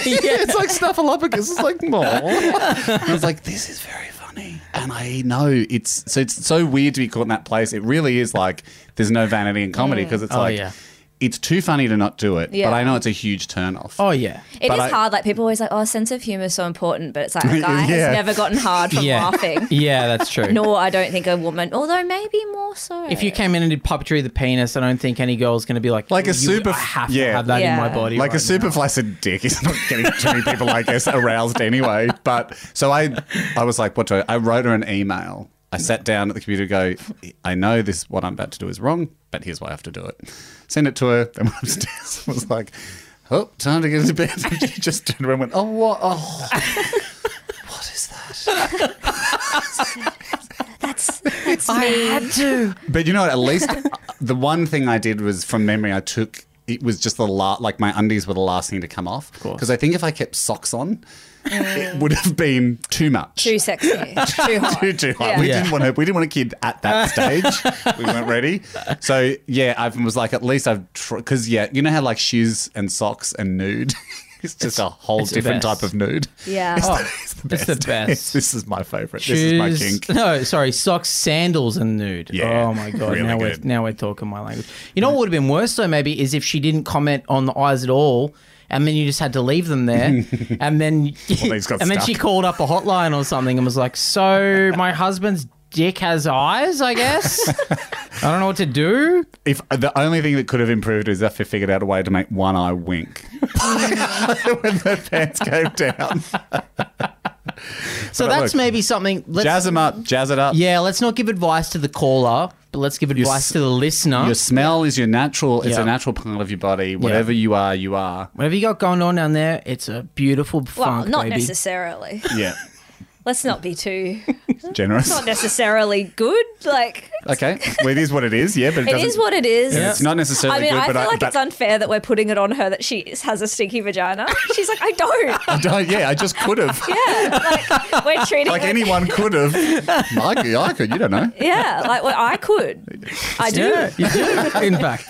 (laughs)
it's like snuffleupagus. It's like more. I was like, this is very funny, and I know it's so it's so weird to be caught in that place. It really is like there's no vanity in comedy because it's
Oh,
like
yeah.
it's too funny to not do it.
Mm. Yeah.
But I know it's a huge turn off.
Oh yeah.
It
But
is
I-
hard. Like people always like, oh, sense of humor is so important, but it's like a guy
(laughs) Yeah.
has never gotten hard from
(laughs) Yeah.
laughing.
Yeah, that's true.
Nor I don't think a woman, although maybe more so.
If you came in and did puppetry of the penis, I don't think any girl's going to be like,
Like a
"You-
super-
I have
yeah.
to have that
Yeah.
in my body.
Like a
right
super flaccid dick is not getting too many people, I guess, aroused anyway. But so I, I was like, what do I? I wrote her an email. I sat down at the computer, go, I know this. What I'm about to do is wrong, but here's why I have to do it. Send it to her. Then went upstairs. I was like, oh, time to get into bed. (laughs) And she just turned around, and went, oh, what? Oh, what is that?
(laughs)
that's that's
now. I
me.
had to.
But you know what? At least the one thing I did was from memory, I took. It was just the last, like my undies were the last thing to come off. Because I think if I kept socks on, it would have been too
(laughs)
much.
Too sexy. Too hot.
(laughs) too, too hot.
Yeah.
We
Yeah.
didn't want to. We didn't want a kid at
(laughs)
that stage. we weren't ready. So yeah, I was like, at least I've because yeah, you know how like shoes and socks and nude. (laughs) It's just a whole
it's the
different
best.
type of nude.
Yeah.
it's,
Oh,
the, (laughs) it's the
it's
best.
the best.
this is my favorite. This is my
Shoes-
kink.
No, sorry, socks, sandals, and nude.
Yeah,
oh my god,
really
now
good.
we're now we're talking my language. You know what would have been worse though, maybe, is if she didn't comment on the eyes at all, and then you just had to leave them
(laughs)
there, and then
they just
(laughs)
got
and then
stuck.
she called up a hotline or something and was like, "So my husband's dick has eyes, I
(laughs)
guess. I don't know what to do."
If the only thing that could have improved is if they figured out a way to make one eye wink (laughs) when their pants came down.
(laughs) So
But
that's
look,
maybe something. Let's,
Jazz them up, jazz it up.
yeah, let's not give advice to the caller, but let's give advice
s-
to the listener.
Your smell is your natural. It's a
Yeah.
natural part of your body. Whatever you are,
(laughs)
you are.
Whatever you got going on down there, it's a beautiful
well,
funk,
not
baby.
necessarily.
Yeah.
(laughs)
Let's not be too
generous.
Not necessarily good. Like
Okay, (laughs) well, it is what it is. Yeah, but it,
it
doesn't.
is what it is.
It's not necessarily
I mean,
good,
I
but
feel
I,
like
but
it's unfair that we're putting it on her that she is- has a stinky vagina. She's like, I don't.
(laughs) (laughs) I don't- yeah, I just could have.
(laughs) Yeah, like we're treating
Like
it-
anyone
(laughs)
could have. I could, I could, you don't know.
Yeah, like well, I
(laughs)
could. I do.
Yeah,
(laughs)
you do, in fact.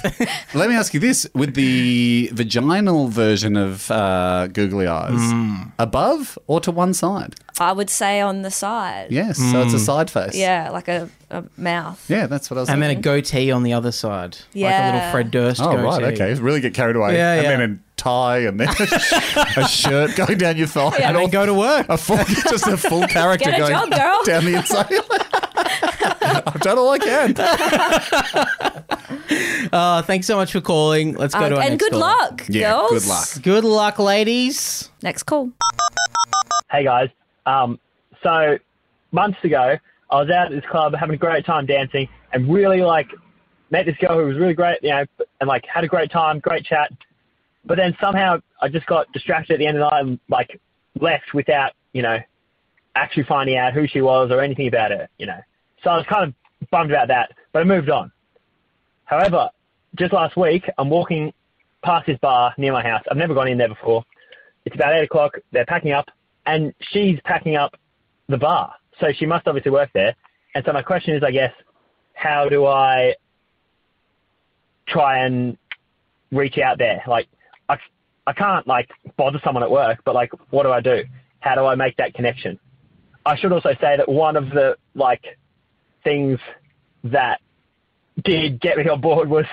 Let me ask you this: with the vaginal version of uh, googly eyes,
Mm.
above or to one side?
I would say on the side.
Yes, so
Mm.
it's a side face.
Yeah, like a, a mouth.
yeah, that's what I was.
and then a
thinking.
goatee on the other side. Like a little
Yeah.
Fred Durst
oh
goatee.
right, okay, really get carried away.
Yeah,
and
yeah.
then a tie, and then (laughs) a, sh- a shirt going down your thigh,
And then
all-
go to work.
a full, (laughs) just a full character
Get a
going
job, girl.
down the inside. (laughs) I've done all I can.
(laughs)
Uh, thanks so much for calling. Let's go
Uh,
to our
and
next
good
caller.
luck,
Yeah,
girls.
good luck.
Good luck, ladies.
Next call.
Hey guys, um, so months ago, I was out at this club having a great time dancing and really like met this girl who was really great, you know, and like had a great time, great chat. But then somehow I just got distracted at the end of the night and like left without, you know, actually finding out who she was or anything about her, you know. So I was kind of bummed about that, but I moved on. However, just last week, I'm walking past this bar near my house. I've never gone in there before. It's about eight o'clock. They're packing up, and she's packing up the bar. So she must obviously work there. And so my question is, I guess, how do I try and reach out there? Like, I, I can't like bother someone at work, but like, what do I do? How do I make that connection? I should also say that one of the like things that did get me on board was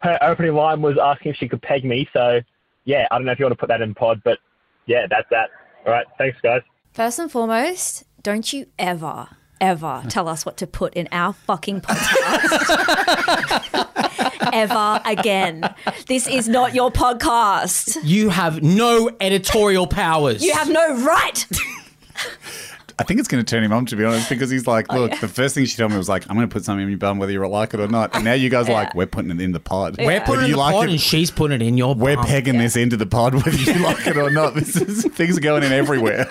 her opening line was asking if she could peg me. So yeah, I don't know if you want to put that in pod, but yeah, that's that. All right, thanks guys.
First and foremost, don't you ever, ever tell us what to put in our fucking podcast. (laughs) ever again. This is not your podcast.
You have no editorial powers.
You have no right.
I think it's going to turn him on, to be honest, because he's like, look, the first thing she told me was like, I'm going to put something in your bum, whether you like it or not. And now you guys are like, we're putting it in the pod. Oh,
We're putting
Whether
it in
you
the
like
pod
it-
and she's putting it in your
We're
bum.
pegging this into the pod, (laughs) whether you like it or not. This is things are going in (laughs) everywhere,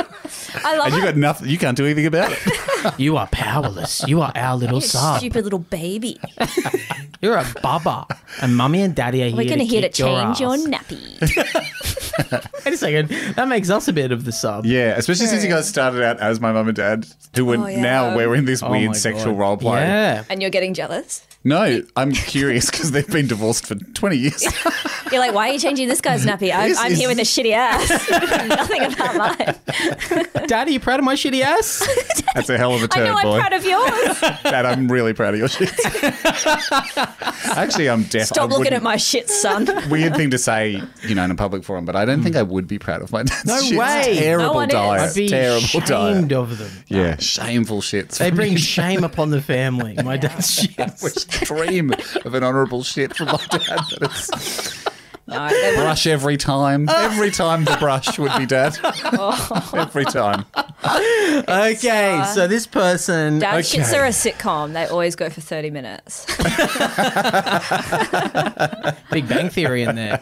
I love
and you
it.
got nothing. You can't do anything about it.
You are powerless. You are our
(laughs)
little sub.
Stupid little baby.
You're a baba. And mummy and daddy are
We're
here
going to
to
here to
kick your
change your,
ass.
nappy.
Wait a second. That makes us a bit of the sub.
Yeah, especially since you guys started out as my mum and dad, who were
Oh, yeah.
now we're in this
Oh my
weird
God.
sexual role play.
Yeah.
and you're getting jealous.
No, I'm curious because they've been divorced for 20 (laughs) years.
You're like, why are you changing this guy's nappy? I'm,
This
I'm
is-
here with a shitty ass. (laughs) Nothing about mine.
Daddy, you proud of my shitty
(laughs)
ass?
That's a hell of a
I
turn,
know I'm
boy.
proud of yours.
Dad, I'm really proud of your shit. Actually, I'm deaf. I
Stop looking
wouldn't-
at my shit,
(laughs)
son.
Weird thing to say, you know, in a public forum, but I don't think I would be proud of my (laughs) dad's
No
shits.
way.
No
Terrible
one is.
diet.
I'd be
terrible
ashamed
diet.
of them.
yeah, shameful shits.
They
(laughs)
bring shame upon the family. My dad's shit.
Which dream of an honourable shit from my dad. That it's
No, they wouldn't.
brush every time. Every time the brush would be dad. every time.
(laughs) Okay, so this person.
Dad
okay.
shits are a sitcom. They always go for 30 minutes.
Big Bang Theory
(laughs)
in there.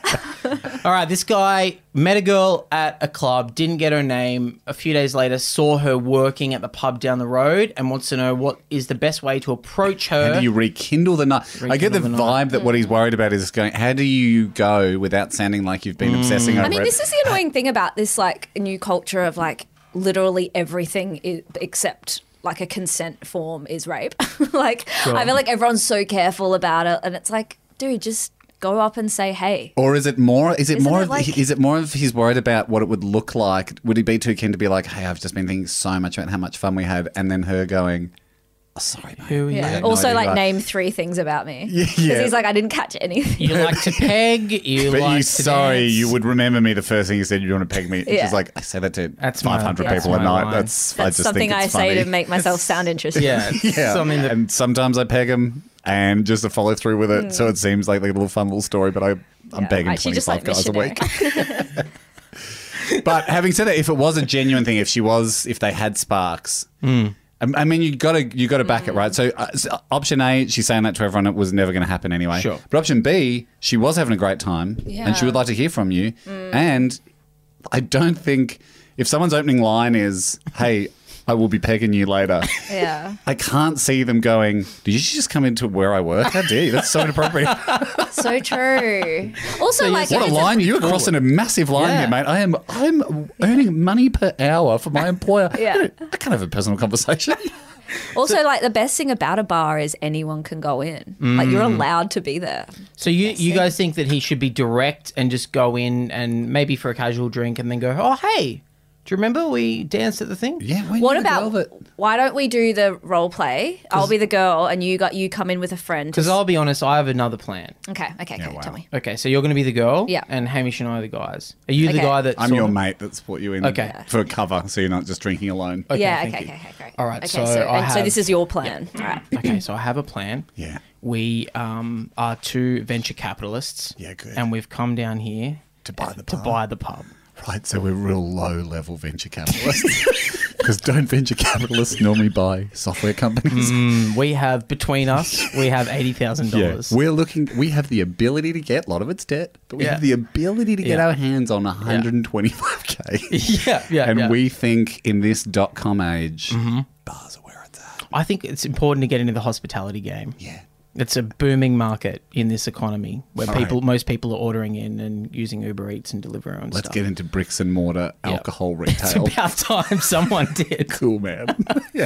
All right, this guy met a girl at a club, didn't get her name. A few days later, saw her working at the pub down the road and wants to know what is the best way to approach her.
How do you rekindle the night? I get the,
Rekindle the
vibe that what he's worried about is going. How do you go without sounding like you've been obsessing over
I mean,
it?
this is the annoying thing about this like new culture of like literally everything i except like a consent form is rape. (laughs) like I feel like everyone's so careful about it, and it's like, dude, just go up and say, hey.
or is it more? Is it
Isn't
more?
it
of,
like-
is it more of he's worried about what it would look like? Would he be too keen to be like, "Hey, I've just been thinking so much about how much fun we had," and then her going, oh, "Sorry, mate."
Who are
Yeah.
you?
no
also,
idea,
like,
right.
name three things about me. Because
(laughs) yeah.
he's like, I didn't catch anything.
You like to peg. You
But
like to
you, sorry,
dance.
you would remember me the first thing you said. You want to peg me?
Yeah.
She's like, I say that to
That's my-
five hundred
that's
people a
my
night.
line.
That's, (laughs) I
That's
just
something
think
I
it's
say to
funny.
make myself
(laughs)
sound interesting.
Yeah,
Yeah,
something that
and sometimes I peg him and just to follow through with it, so it seems like a little fun little story. But I, I'm
Hmm. Yeah.
pegging
Actually,
twenty
just
five
like
guys a
missionary. (laughs)
week. But having said that, if it was a genuine thing, if she was, if they had sparks, I, I mean, you gotta you gotta back it right. So, uh, so option A, she's saying that to everyone, it was never going to happen anyway.
Sure.
But option B, she was having a great time, and she
Yeah.
would like to hear from you. And I don't think if someone's opening line is, "Hey." I will be pegging you later.
Yeah.
I can't see them going, Did you just come into where I work? How dare you? That's so inappropriate.
(laughs)
So true. Also, like,
What
if
a
it's
line! You're crossing a massive line
Yeah.
here, mate. I am I'm earning money per hour for my employer.
Yeah.
I, don't- I can't have a
(laughs)
personal conversation.
Also, like, the best thing about a bar is anyone can go in. Like, you're
Mm.
allowed to be there.
So you you guys think that he should be direct and just go in and maybe for a casual drink and then go, oh hey, do you remember we danced at the thing?
yeah. When
What
you're the
about
girl that-
why don't we do the role play? I'll be the girl, and you got you come in with a friend.
Because I'll be honest, I have another plan.
Okay, okay, okay.
wow.
Tell me.
Okay, so you're going to be the girl,
Yeah.
and Hamish and I are the guys. Are you the
Okay.
guy that?
I'm
sort
your
of-
mate that's brought you in
Okay.
for a cover, so you're not just drinking alone.
Okay,
yeah,
thank
okay,
you.
okay, okay, great.
All right,
okay,
so
so,
I
and so
have-
this is your plan. All right.
(clears throat) Okay, so I have a plan.
Yeah.
We um, are two venture capitalists.
Yeah, good. Oh.
And we've come down here
To buy the
to
pub.
buy the pub.
Right, so we're real low level venture capitalists. (laughs) Because don't venture capitalists normally buy software companies?
Mm, We have between us, we have eighty thousand
Yeah.
dollars.
We're looking, we have the ability to get, a lot of it's debt, but we
Yeah.
have the ability to get
Yeah.
our hands on (laughs) 125K.
Yeah, yeah,
and
yeah. Mm-hmm.
we think in this dot com age, bars are where it's at.
I think it's important to get into the hospitality game.
Yeah.
It's a booming market in this economy where people, most people are ordering in and using Uber Eats and Deliveroo and
Let's
stuff.
get into bricks and mortar alcohol
(laughs)
retail.
it's about time (laughs) someone did.
(laughs) cool, man. (laughs) yeah.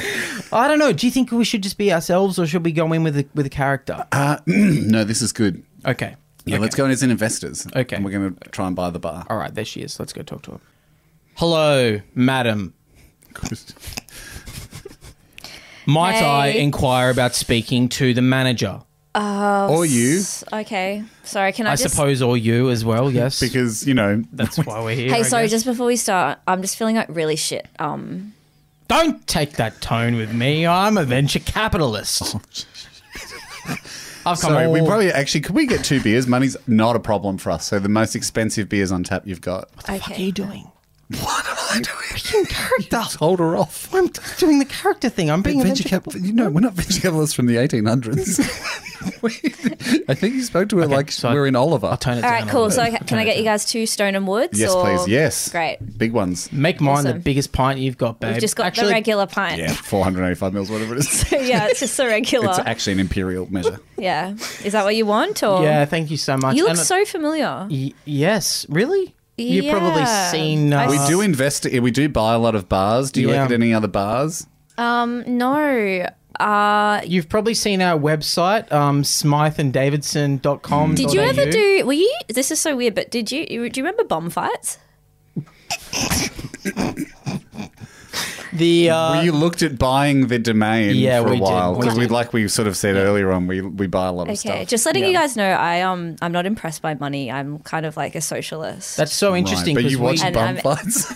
I don't know. Do you think we should just be ourselves, or should we go in with a, with a character?
No, this is good.
okay.
Uh, Yeah,
Okay.
let's go in as investors.
Okay.
And we're going to try and buy the bar.
All right, there she is. Let's go talk to her. Hello, madam. Might I
Hey.
inquire about speaking to the manager?
(laughs) or you,
Okay. Sorry, can I,
I
just
suppose, or you as well? Yes,
(laughs) because, you know, (laughs)
that's why we're here. I
Hey, sorry,
guess.
just before we start, I'm just feeling like really shit. Um
don't take that tone with me. I'm a venture capitalist. I've come
Oh, Sorry,
all-
we probably actually could we get two beers? Money's not a problem for us. So the most expensive beers on tap you've got.
okay.
What are you doing?
What am I doing?
Doing character.
(laughs) Just hold her off.
I'm doing the character thing. I'm being a
Venture
venture
cap- you know, we're not venture capitalists from the
(laughs)
1800s. (laughs) I think you spoke to her like
so I-
we're in Oliver.
I'll tone it
All
down
right,
a
cool.
little
So
bit.
I, can I
Tone it
get you
down.
guys two stone and woods?
yes,
or-
please. Yes.
Great.
Big ones.
Make mine the
Awesome.
biggest pint you've got, babe.
We've just got
Actually,
the regular pint.
Yeah, 485 mils, whatever
(laughs)
it is.
yeah, it's just the regular.
It's actually an imperial measure.
yeah. Is that what you want or
Yeah, thank you so much.
You look
And- uh,
so familiar.
Y- yes, really? You've probably
Yeah.
seen. Uh,
I-
We do invest. We do buy a lot of bars. Do you
Yeah.
work at any other bars?
Mm, No. Uh,
You've probably seen our website, um, smythanddavidson.com.
Did you ever do? Were you? This is so weird, but did you? you- Do you remember bomb fights?
the? Uh,
we looked at buying the domain
Yeah,
for a
we did.
while
We
because we,
did.
like we sort of said earlier on, we we buy a lot of
Okay,
stuff.
just letting you
Yeah.
guys know, I um, I'm not impressed by money. I'm kind of like a socialist,
that's so interesting.
Right, but
'cause
you watch
we, um,
And
bum
I'm-
fights.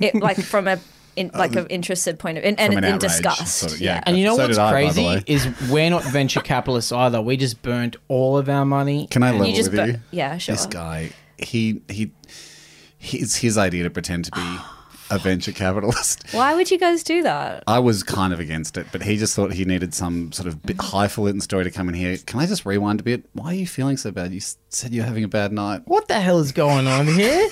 It- like from
(laughs)
a in, like an interested point of and, and
Um, From an
in
outrage,
disgust.
sort of, yeah.
and you know
So
what's
did I, by the
crazy
way.
is we're not venture capitalists either. We just burnt all of our money.
Can I level
you just
with you?
bu- yeah, sure.
This guy, he he, he- it's his idea to pretend to be
Oh,
a venture capitalist.
Why would you guys do
(laughs)
that?
I was kind of against it, but he just thought he needed some sort of bit highfalutin story to come in here. Can I just rewind a bit? Why are you feeling so bad? You s- said you're having a bad night.
What the hell is going on here?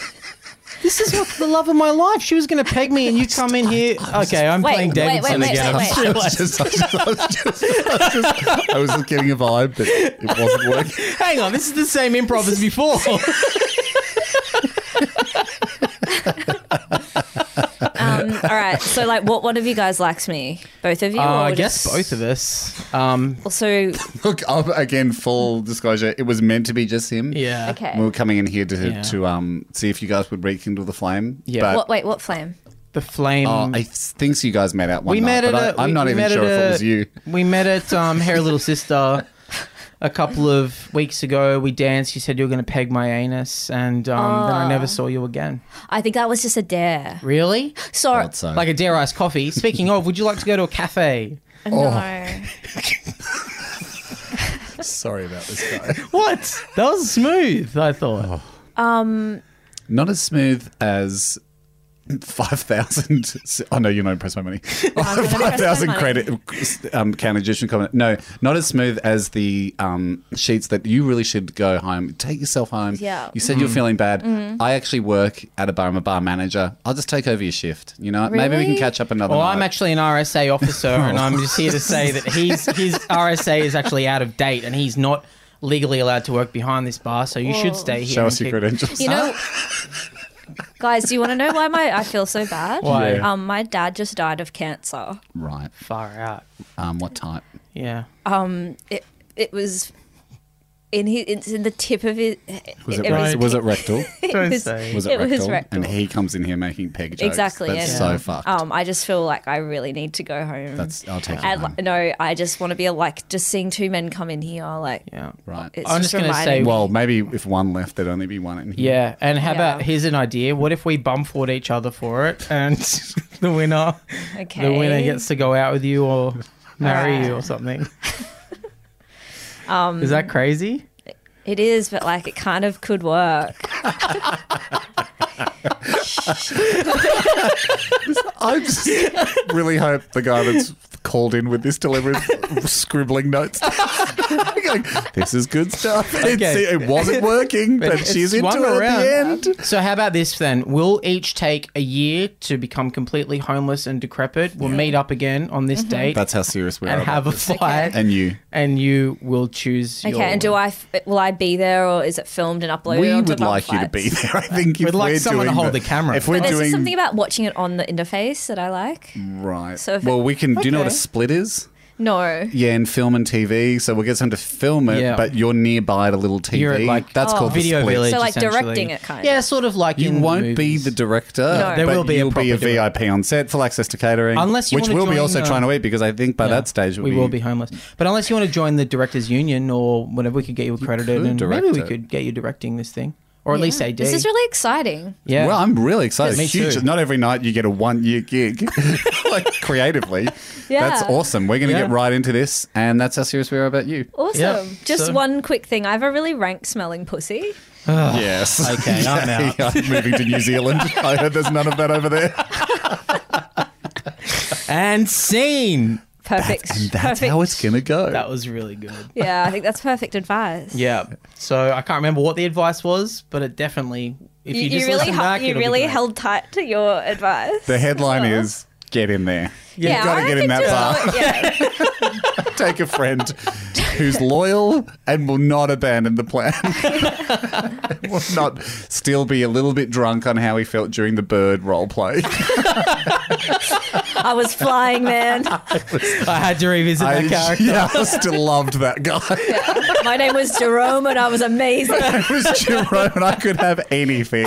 This is not the love of my life. She was going to peg me, and you come in here. Okay, I'm
Wait,
playing
wait, wait,
Davidson
wait, wait,
again. I'm
wait.
I was,
realised.
just, I, was just, I, was just, I was just- I was just getting a vibe, but it wasn't working.
Hang on, this is the same improv
(laughs)
as before.
Um, all right, so like, what one of you guys likes me? Both of you?
Uh, I
or
guess
just-
both of us. Um,
Also,
Look, i again, full disclosure, it was meant to be just him.
yeah.
okay.
We were coming in here to,
Yeah.
to um see if you guys would rekindle the flame.
Yeah.
But
what? Wait, what flame?
The flame.
Oh, I think you guys met out one
Mm. we
night,
met at.
but
a-
I, I'm
we-
not
we
even
met
sure
at
if
a-
it was you.
We met at um, Hair Little Sister a couple of weeks ago. We danced. You said you were going to peg my anus, and um, then I never saw you again.
I think that was just a dare.
Really?
Sorry.
Thought so.
Like a dare ice coffee. Speaking of, would you like to go to a cafe?
Oh.
No.
Sorry about this guy. (laughs)
What? That
Um,
was smooth. I thought.
Not as smooth as five thousand. Oh no, you're not
(laughs)
impressed by money.
gonna impress
five thousand
by money.
credit um, counter comment. No, not as smooth as the um, sheets that you really should go home. Take yourself home.
Yeah. Mm-hmm.
You said
Mm-hmm.
you're feeling bad. I actually work at a bar. I'm a bar manager. I'll just take over your shift. You know, maybe we can
Really?
catch up another.
Well,
night.
I'm actually an RSA officer, and I'm just here to say that he's, his RSA is actually out of date, and he's not legally allowed to work behind this bar. So you should
Whoa.
stay here.
show
and
us your
keep-
credentials.
You
(laughs)
know, guys, do you want to know why my I feel so bad?
Why? Yeah.
Um, my dad just died of cancer.
right.
Far out.
Um, what type?
Yeah.
It it was in his it's in the tip of his.
Was it,
it was-
rect- was it rectal?
Don't
was-
say.
Was
(laughs) It
it,
was
rectal?
rectal.
And he comes in here making peg jokes.
Exactly,
That's
yeah.
so
Yeah.
fucked.
Um, I just feel like I really need to go home.
That's oh, I'll take it.
and,
home.
like, no, I just want to be like just seeing two men come in here, like
Yeah.
Right.
it's
I'm
just,
just gonna
reminding
say-
me.
Well, maybe if one left, there'd only be one in here.
Yeah, and how about
Yeah.
here's an idea? What if we bum fought each other for it, and (laughs) the winner,
okay.
the winner gets to go out with you or marry
Alright.
you or
(laughs)
something? um, is that crazy?
It is, but like it kind of could work.
I just (laughs) really hope the guy that's called in with this delivery is scribbling notes. (laughs) Going, this is good stuff. It's-
Okay.
it wasn't working, but
It's
she's into
swung
it at the
around.
end.
So how about this then? We'll each take a year to become completely homeless and decrepit. We'll meet up again on
Mm-hmm.
this date
That's how serious we are.
and
about
have a
this.
fight,
and you.
and you will choose.
Okay,
your
and do I f- will I be there or is it filmed and uploaded?
We
onto
would
Bump
like you to
Fights?
be there. I think if
We'd like
we're
someone to
doing
hold the camera.
If we're
But there's just
doing Mm.
something about watching it on the interface that I like.
right,
So if-
well, we can. Do you know what a
Okay.
split is?
No.
Yeah, and film and TV. So we'll get someone to film it,
Yeah.
but you're nearby at a little TV.
You're at, like,
That's called the
Video
split.
village.
Oh. So, like,
essentially.
directing it, kind of.
Yeah, sort of like
You
in
won't be
movies.
the director.
There
but
will be a
you'll be a
proper director.
VIP on set, full access to catering,
Unless you
which
wanna
we'll be
join,
also
uh,
trying to eat because I think by
Yeah.
that stage
we will be homeless. But unless you want to join the directors union or whatever, we could get you accredited,
could
and
direct
maybe we
it.
could get you directing this thing, or at least AD.
This is really exciting.
yeah.
Well, I'm really excited.
Me
Huge.
too.
Not every night you get a one year gig,
(laughs)
(laughs) like creatively.
Yeah.
That's awesome. We're going to get
Yeah.
right into this, and that's how serious we are about you.
Awesome.
Yeah,
Just
so-
one quick thing. I have a really rank smelling pussy.
yes.
Oh, okay,
(laughs)
I'm out.
I'm moving to
(laughs)
New Zealand. I heard there's none of that over there.
and scene.
Perfect.
And that's
perfect.
how it's going to go.
That was really good.
Yeah, I think that's perfect advice.
Yeah. So I can't remember what the advice was, but it definitely. If you,
You, you
just
really,
listen
hel-
back,
you
it'll be
really
great.
held tight to your advice.
the headline is get in there.
(laughs) yeah,
gotta
I
get in
reckon
that
just- yeah.
Take a friend who's loyal and will not abandon the plan. (laughs) will not still be a little bit drunk on how he felt during the bird
(laughs)
role play.
I was flying, man.
I had to revisit
I,
that character. (laughs)
yeah, I still loved that guy. (laughs)
My name was Jerome, and I was amazing.
It was Jerome, and I could have anything.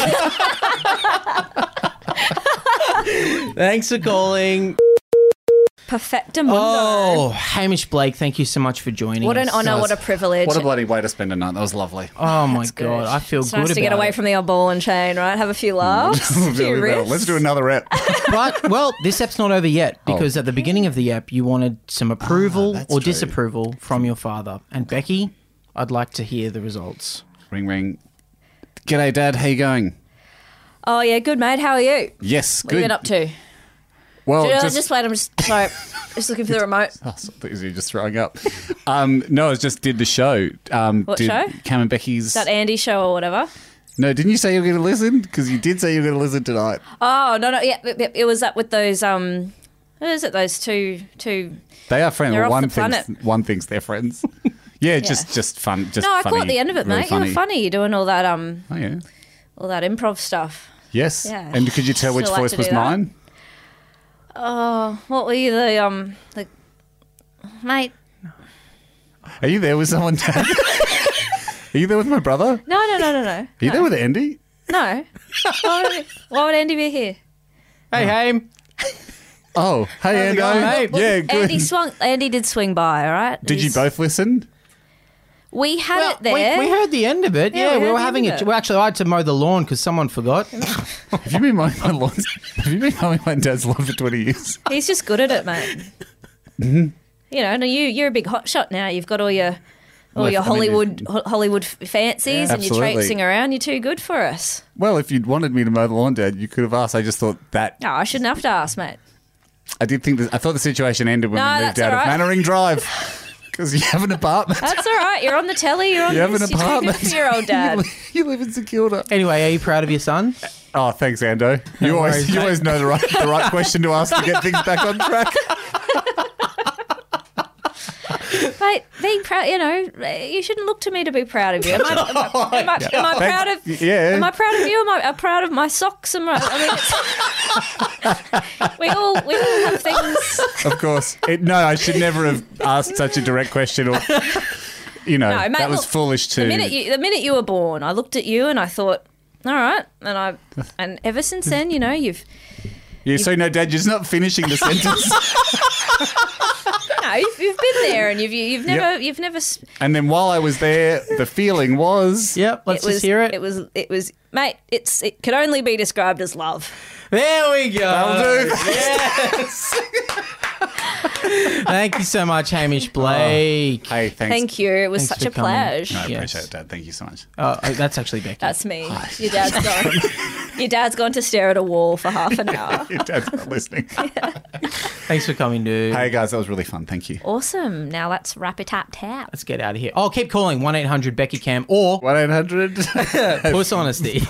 Thanks for calling.
Perfectamundo.
Oh, Hamish Blake, thank you so much for joining.
what an
us.
honor! What a privilege!
What a bloody way to spend a night. That was lovely.
Oh my
Good.
god, I feel
it's
good
nice
about
to get away
it.
from the old ball and chain, right? Have a few laughs, a few riffs.
Let's do
(laughs)
another rep.
but well, this app's not over yet because at the beginning of the app, you wanted some approval
that's
or
true.
disapproval from your father. And Becky, I'd like to hear the results.
ring, ring. G'day, Dad. How you going?
Oh yeah, good mate. How are you?
Yes,
What have you
good.
been up to?
Well,
Oh,
just-
just wait. I'm just sorry. just looking for the remote.
(laughs) Oh, so I thought you were just throwing up. Um, no, I just did the show. Um,
What
did
show?
Cam and Becky's.
That Andy show or whatever.
No, didn't you say you were going to listen? Because you did say you were going to listen tonight.
Oh no no yeah yep, yep. it was that with those um. What is it? Those two two.
They are friends.
They're
Well,
off
one
the
thinks
planet.
one thinks
(laughs)
they're friends. Yeah, just just fun. Just
No, I
funny,
caught the end of it,
really
mate. You were funny. You're doing all that um
Oh yeah.
all that improv stuff.
Yes.
Yeah.
And could you tell
Still
which
like
voice
to
was
do that.
mine?
Oh, what were you the um the mate?
Are you there
(laughs)
with someone? Dad? are you there with my brother? Are
No no no no no
you there with Andy?
no. why, would, why would Andy be here?
Hey, Ham.
Oh, hey Andy.
going, mate?
Yeah, good.
Andy swung. Andy did swing by. All right.
did you
He's-
both listen?
We had it
Oh, We,
there.
we heard the end of it.
Yeah,
Yeah,
we
we,
heard
were
the
having
end
it.
of it.
Well, actually, I had to mow the lawn because
(laughs)
someone forgot.
Have you been mowing my lawn? Have you been mowing my dad's lawn for twenty years?
He's
Mm-hmm.
just good at it, mate. you know, and you you're a big hot shot now. You've got all your Or
Left-
your
I mean,
Hollywood
if-
ho- Hollywood f- fancies and you're
Absolutely.
traipsing around. You're too good for us.
Well, if you'd wanted me to mow the lawn, Dad, you could have asked. I just thought that
No, I shouldn't have to ask, mate.
I did think that I thought the situation ended when
No,
we
that's
moved out
all right.
of Mannering Drive (laughs) because you have an apartment. (laughs)
That's all right. You're on the telly. You're on.
You have an
this, you're too good
apartment.
for your old dad.
(laughs) you, li- you live in St Kilda.
Anyway, are you proud of your son?
Oh, thanks, Ando. You
worries,
always you
mate.
always know the right the right question to ask to get things back
(laughs)
on track.
Mate, being proud, you know, you shouldn't look to me to be proud of you. Am I, am
(laughs)
I, am I, am I proud of?
Thanks. Yeah.
Am I proud of you? Am I am I proud of my socks? Am I, I mean, it's, (laughs) we all we all have things.
Of course. It, no, I should never have asked such a direct question. Or you know,
No, mate,
that was
look,
foolish
The
to.
minute you the minute you were born, I looked at you and I thought, all right, and I and ever since then, you know, you've
yeah, so no, Dad, you're just not finishing the (laughs) sentence.
no, you've, you've been there and you've you've never you've never. s-
and then while I was there, the feeling was
Yep,
it
let's
was
just hear it.
It was it was mate. It's it could only be described as love.
there we go.
That'll do.
Uh, Yes. Thank you so much, Hamish Blake.
Hey, thanks.
Thank you. It was
Thanks
such
for
a
coming.
pleasure.
No, I
Yes.
appreciate it, Dad. Thank you so much.
Oh, oh, that's actually Becky.
That's me. Your dad's (laughs) gone. Your dad's gone to stare at a wall for half an
(laughs)
hour.
Your dad's not listening.
Thanks for coming, dude.
hey guys, that was really fun. Thank you.
Awesome. Now let's wrap it up, tap.
Let's get out of here. Oh, keep calling 1 800 Becky Cam or
(laughs) One eight hundred.
Puss Honesty.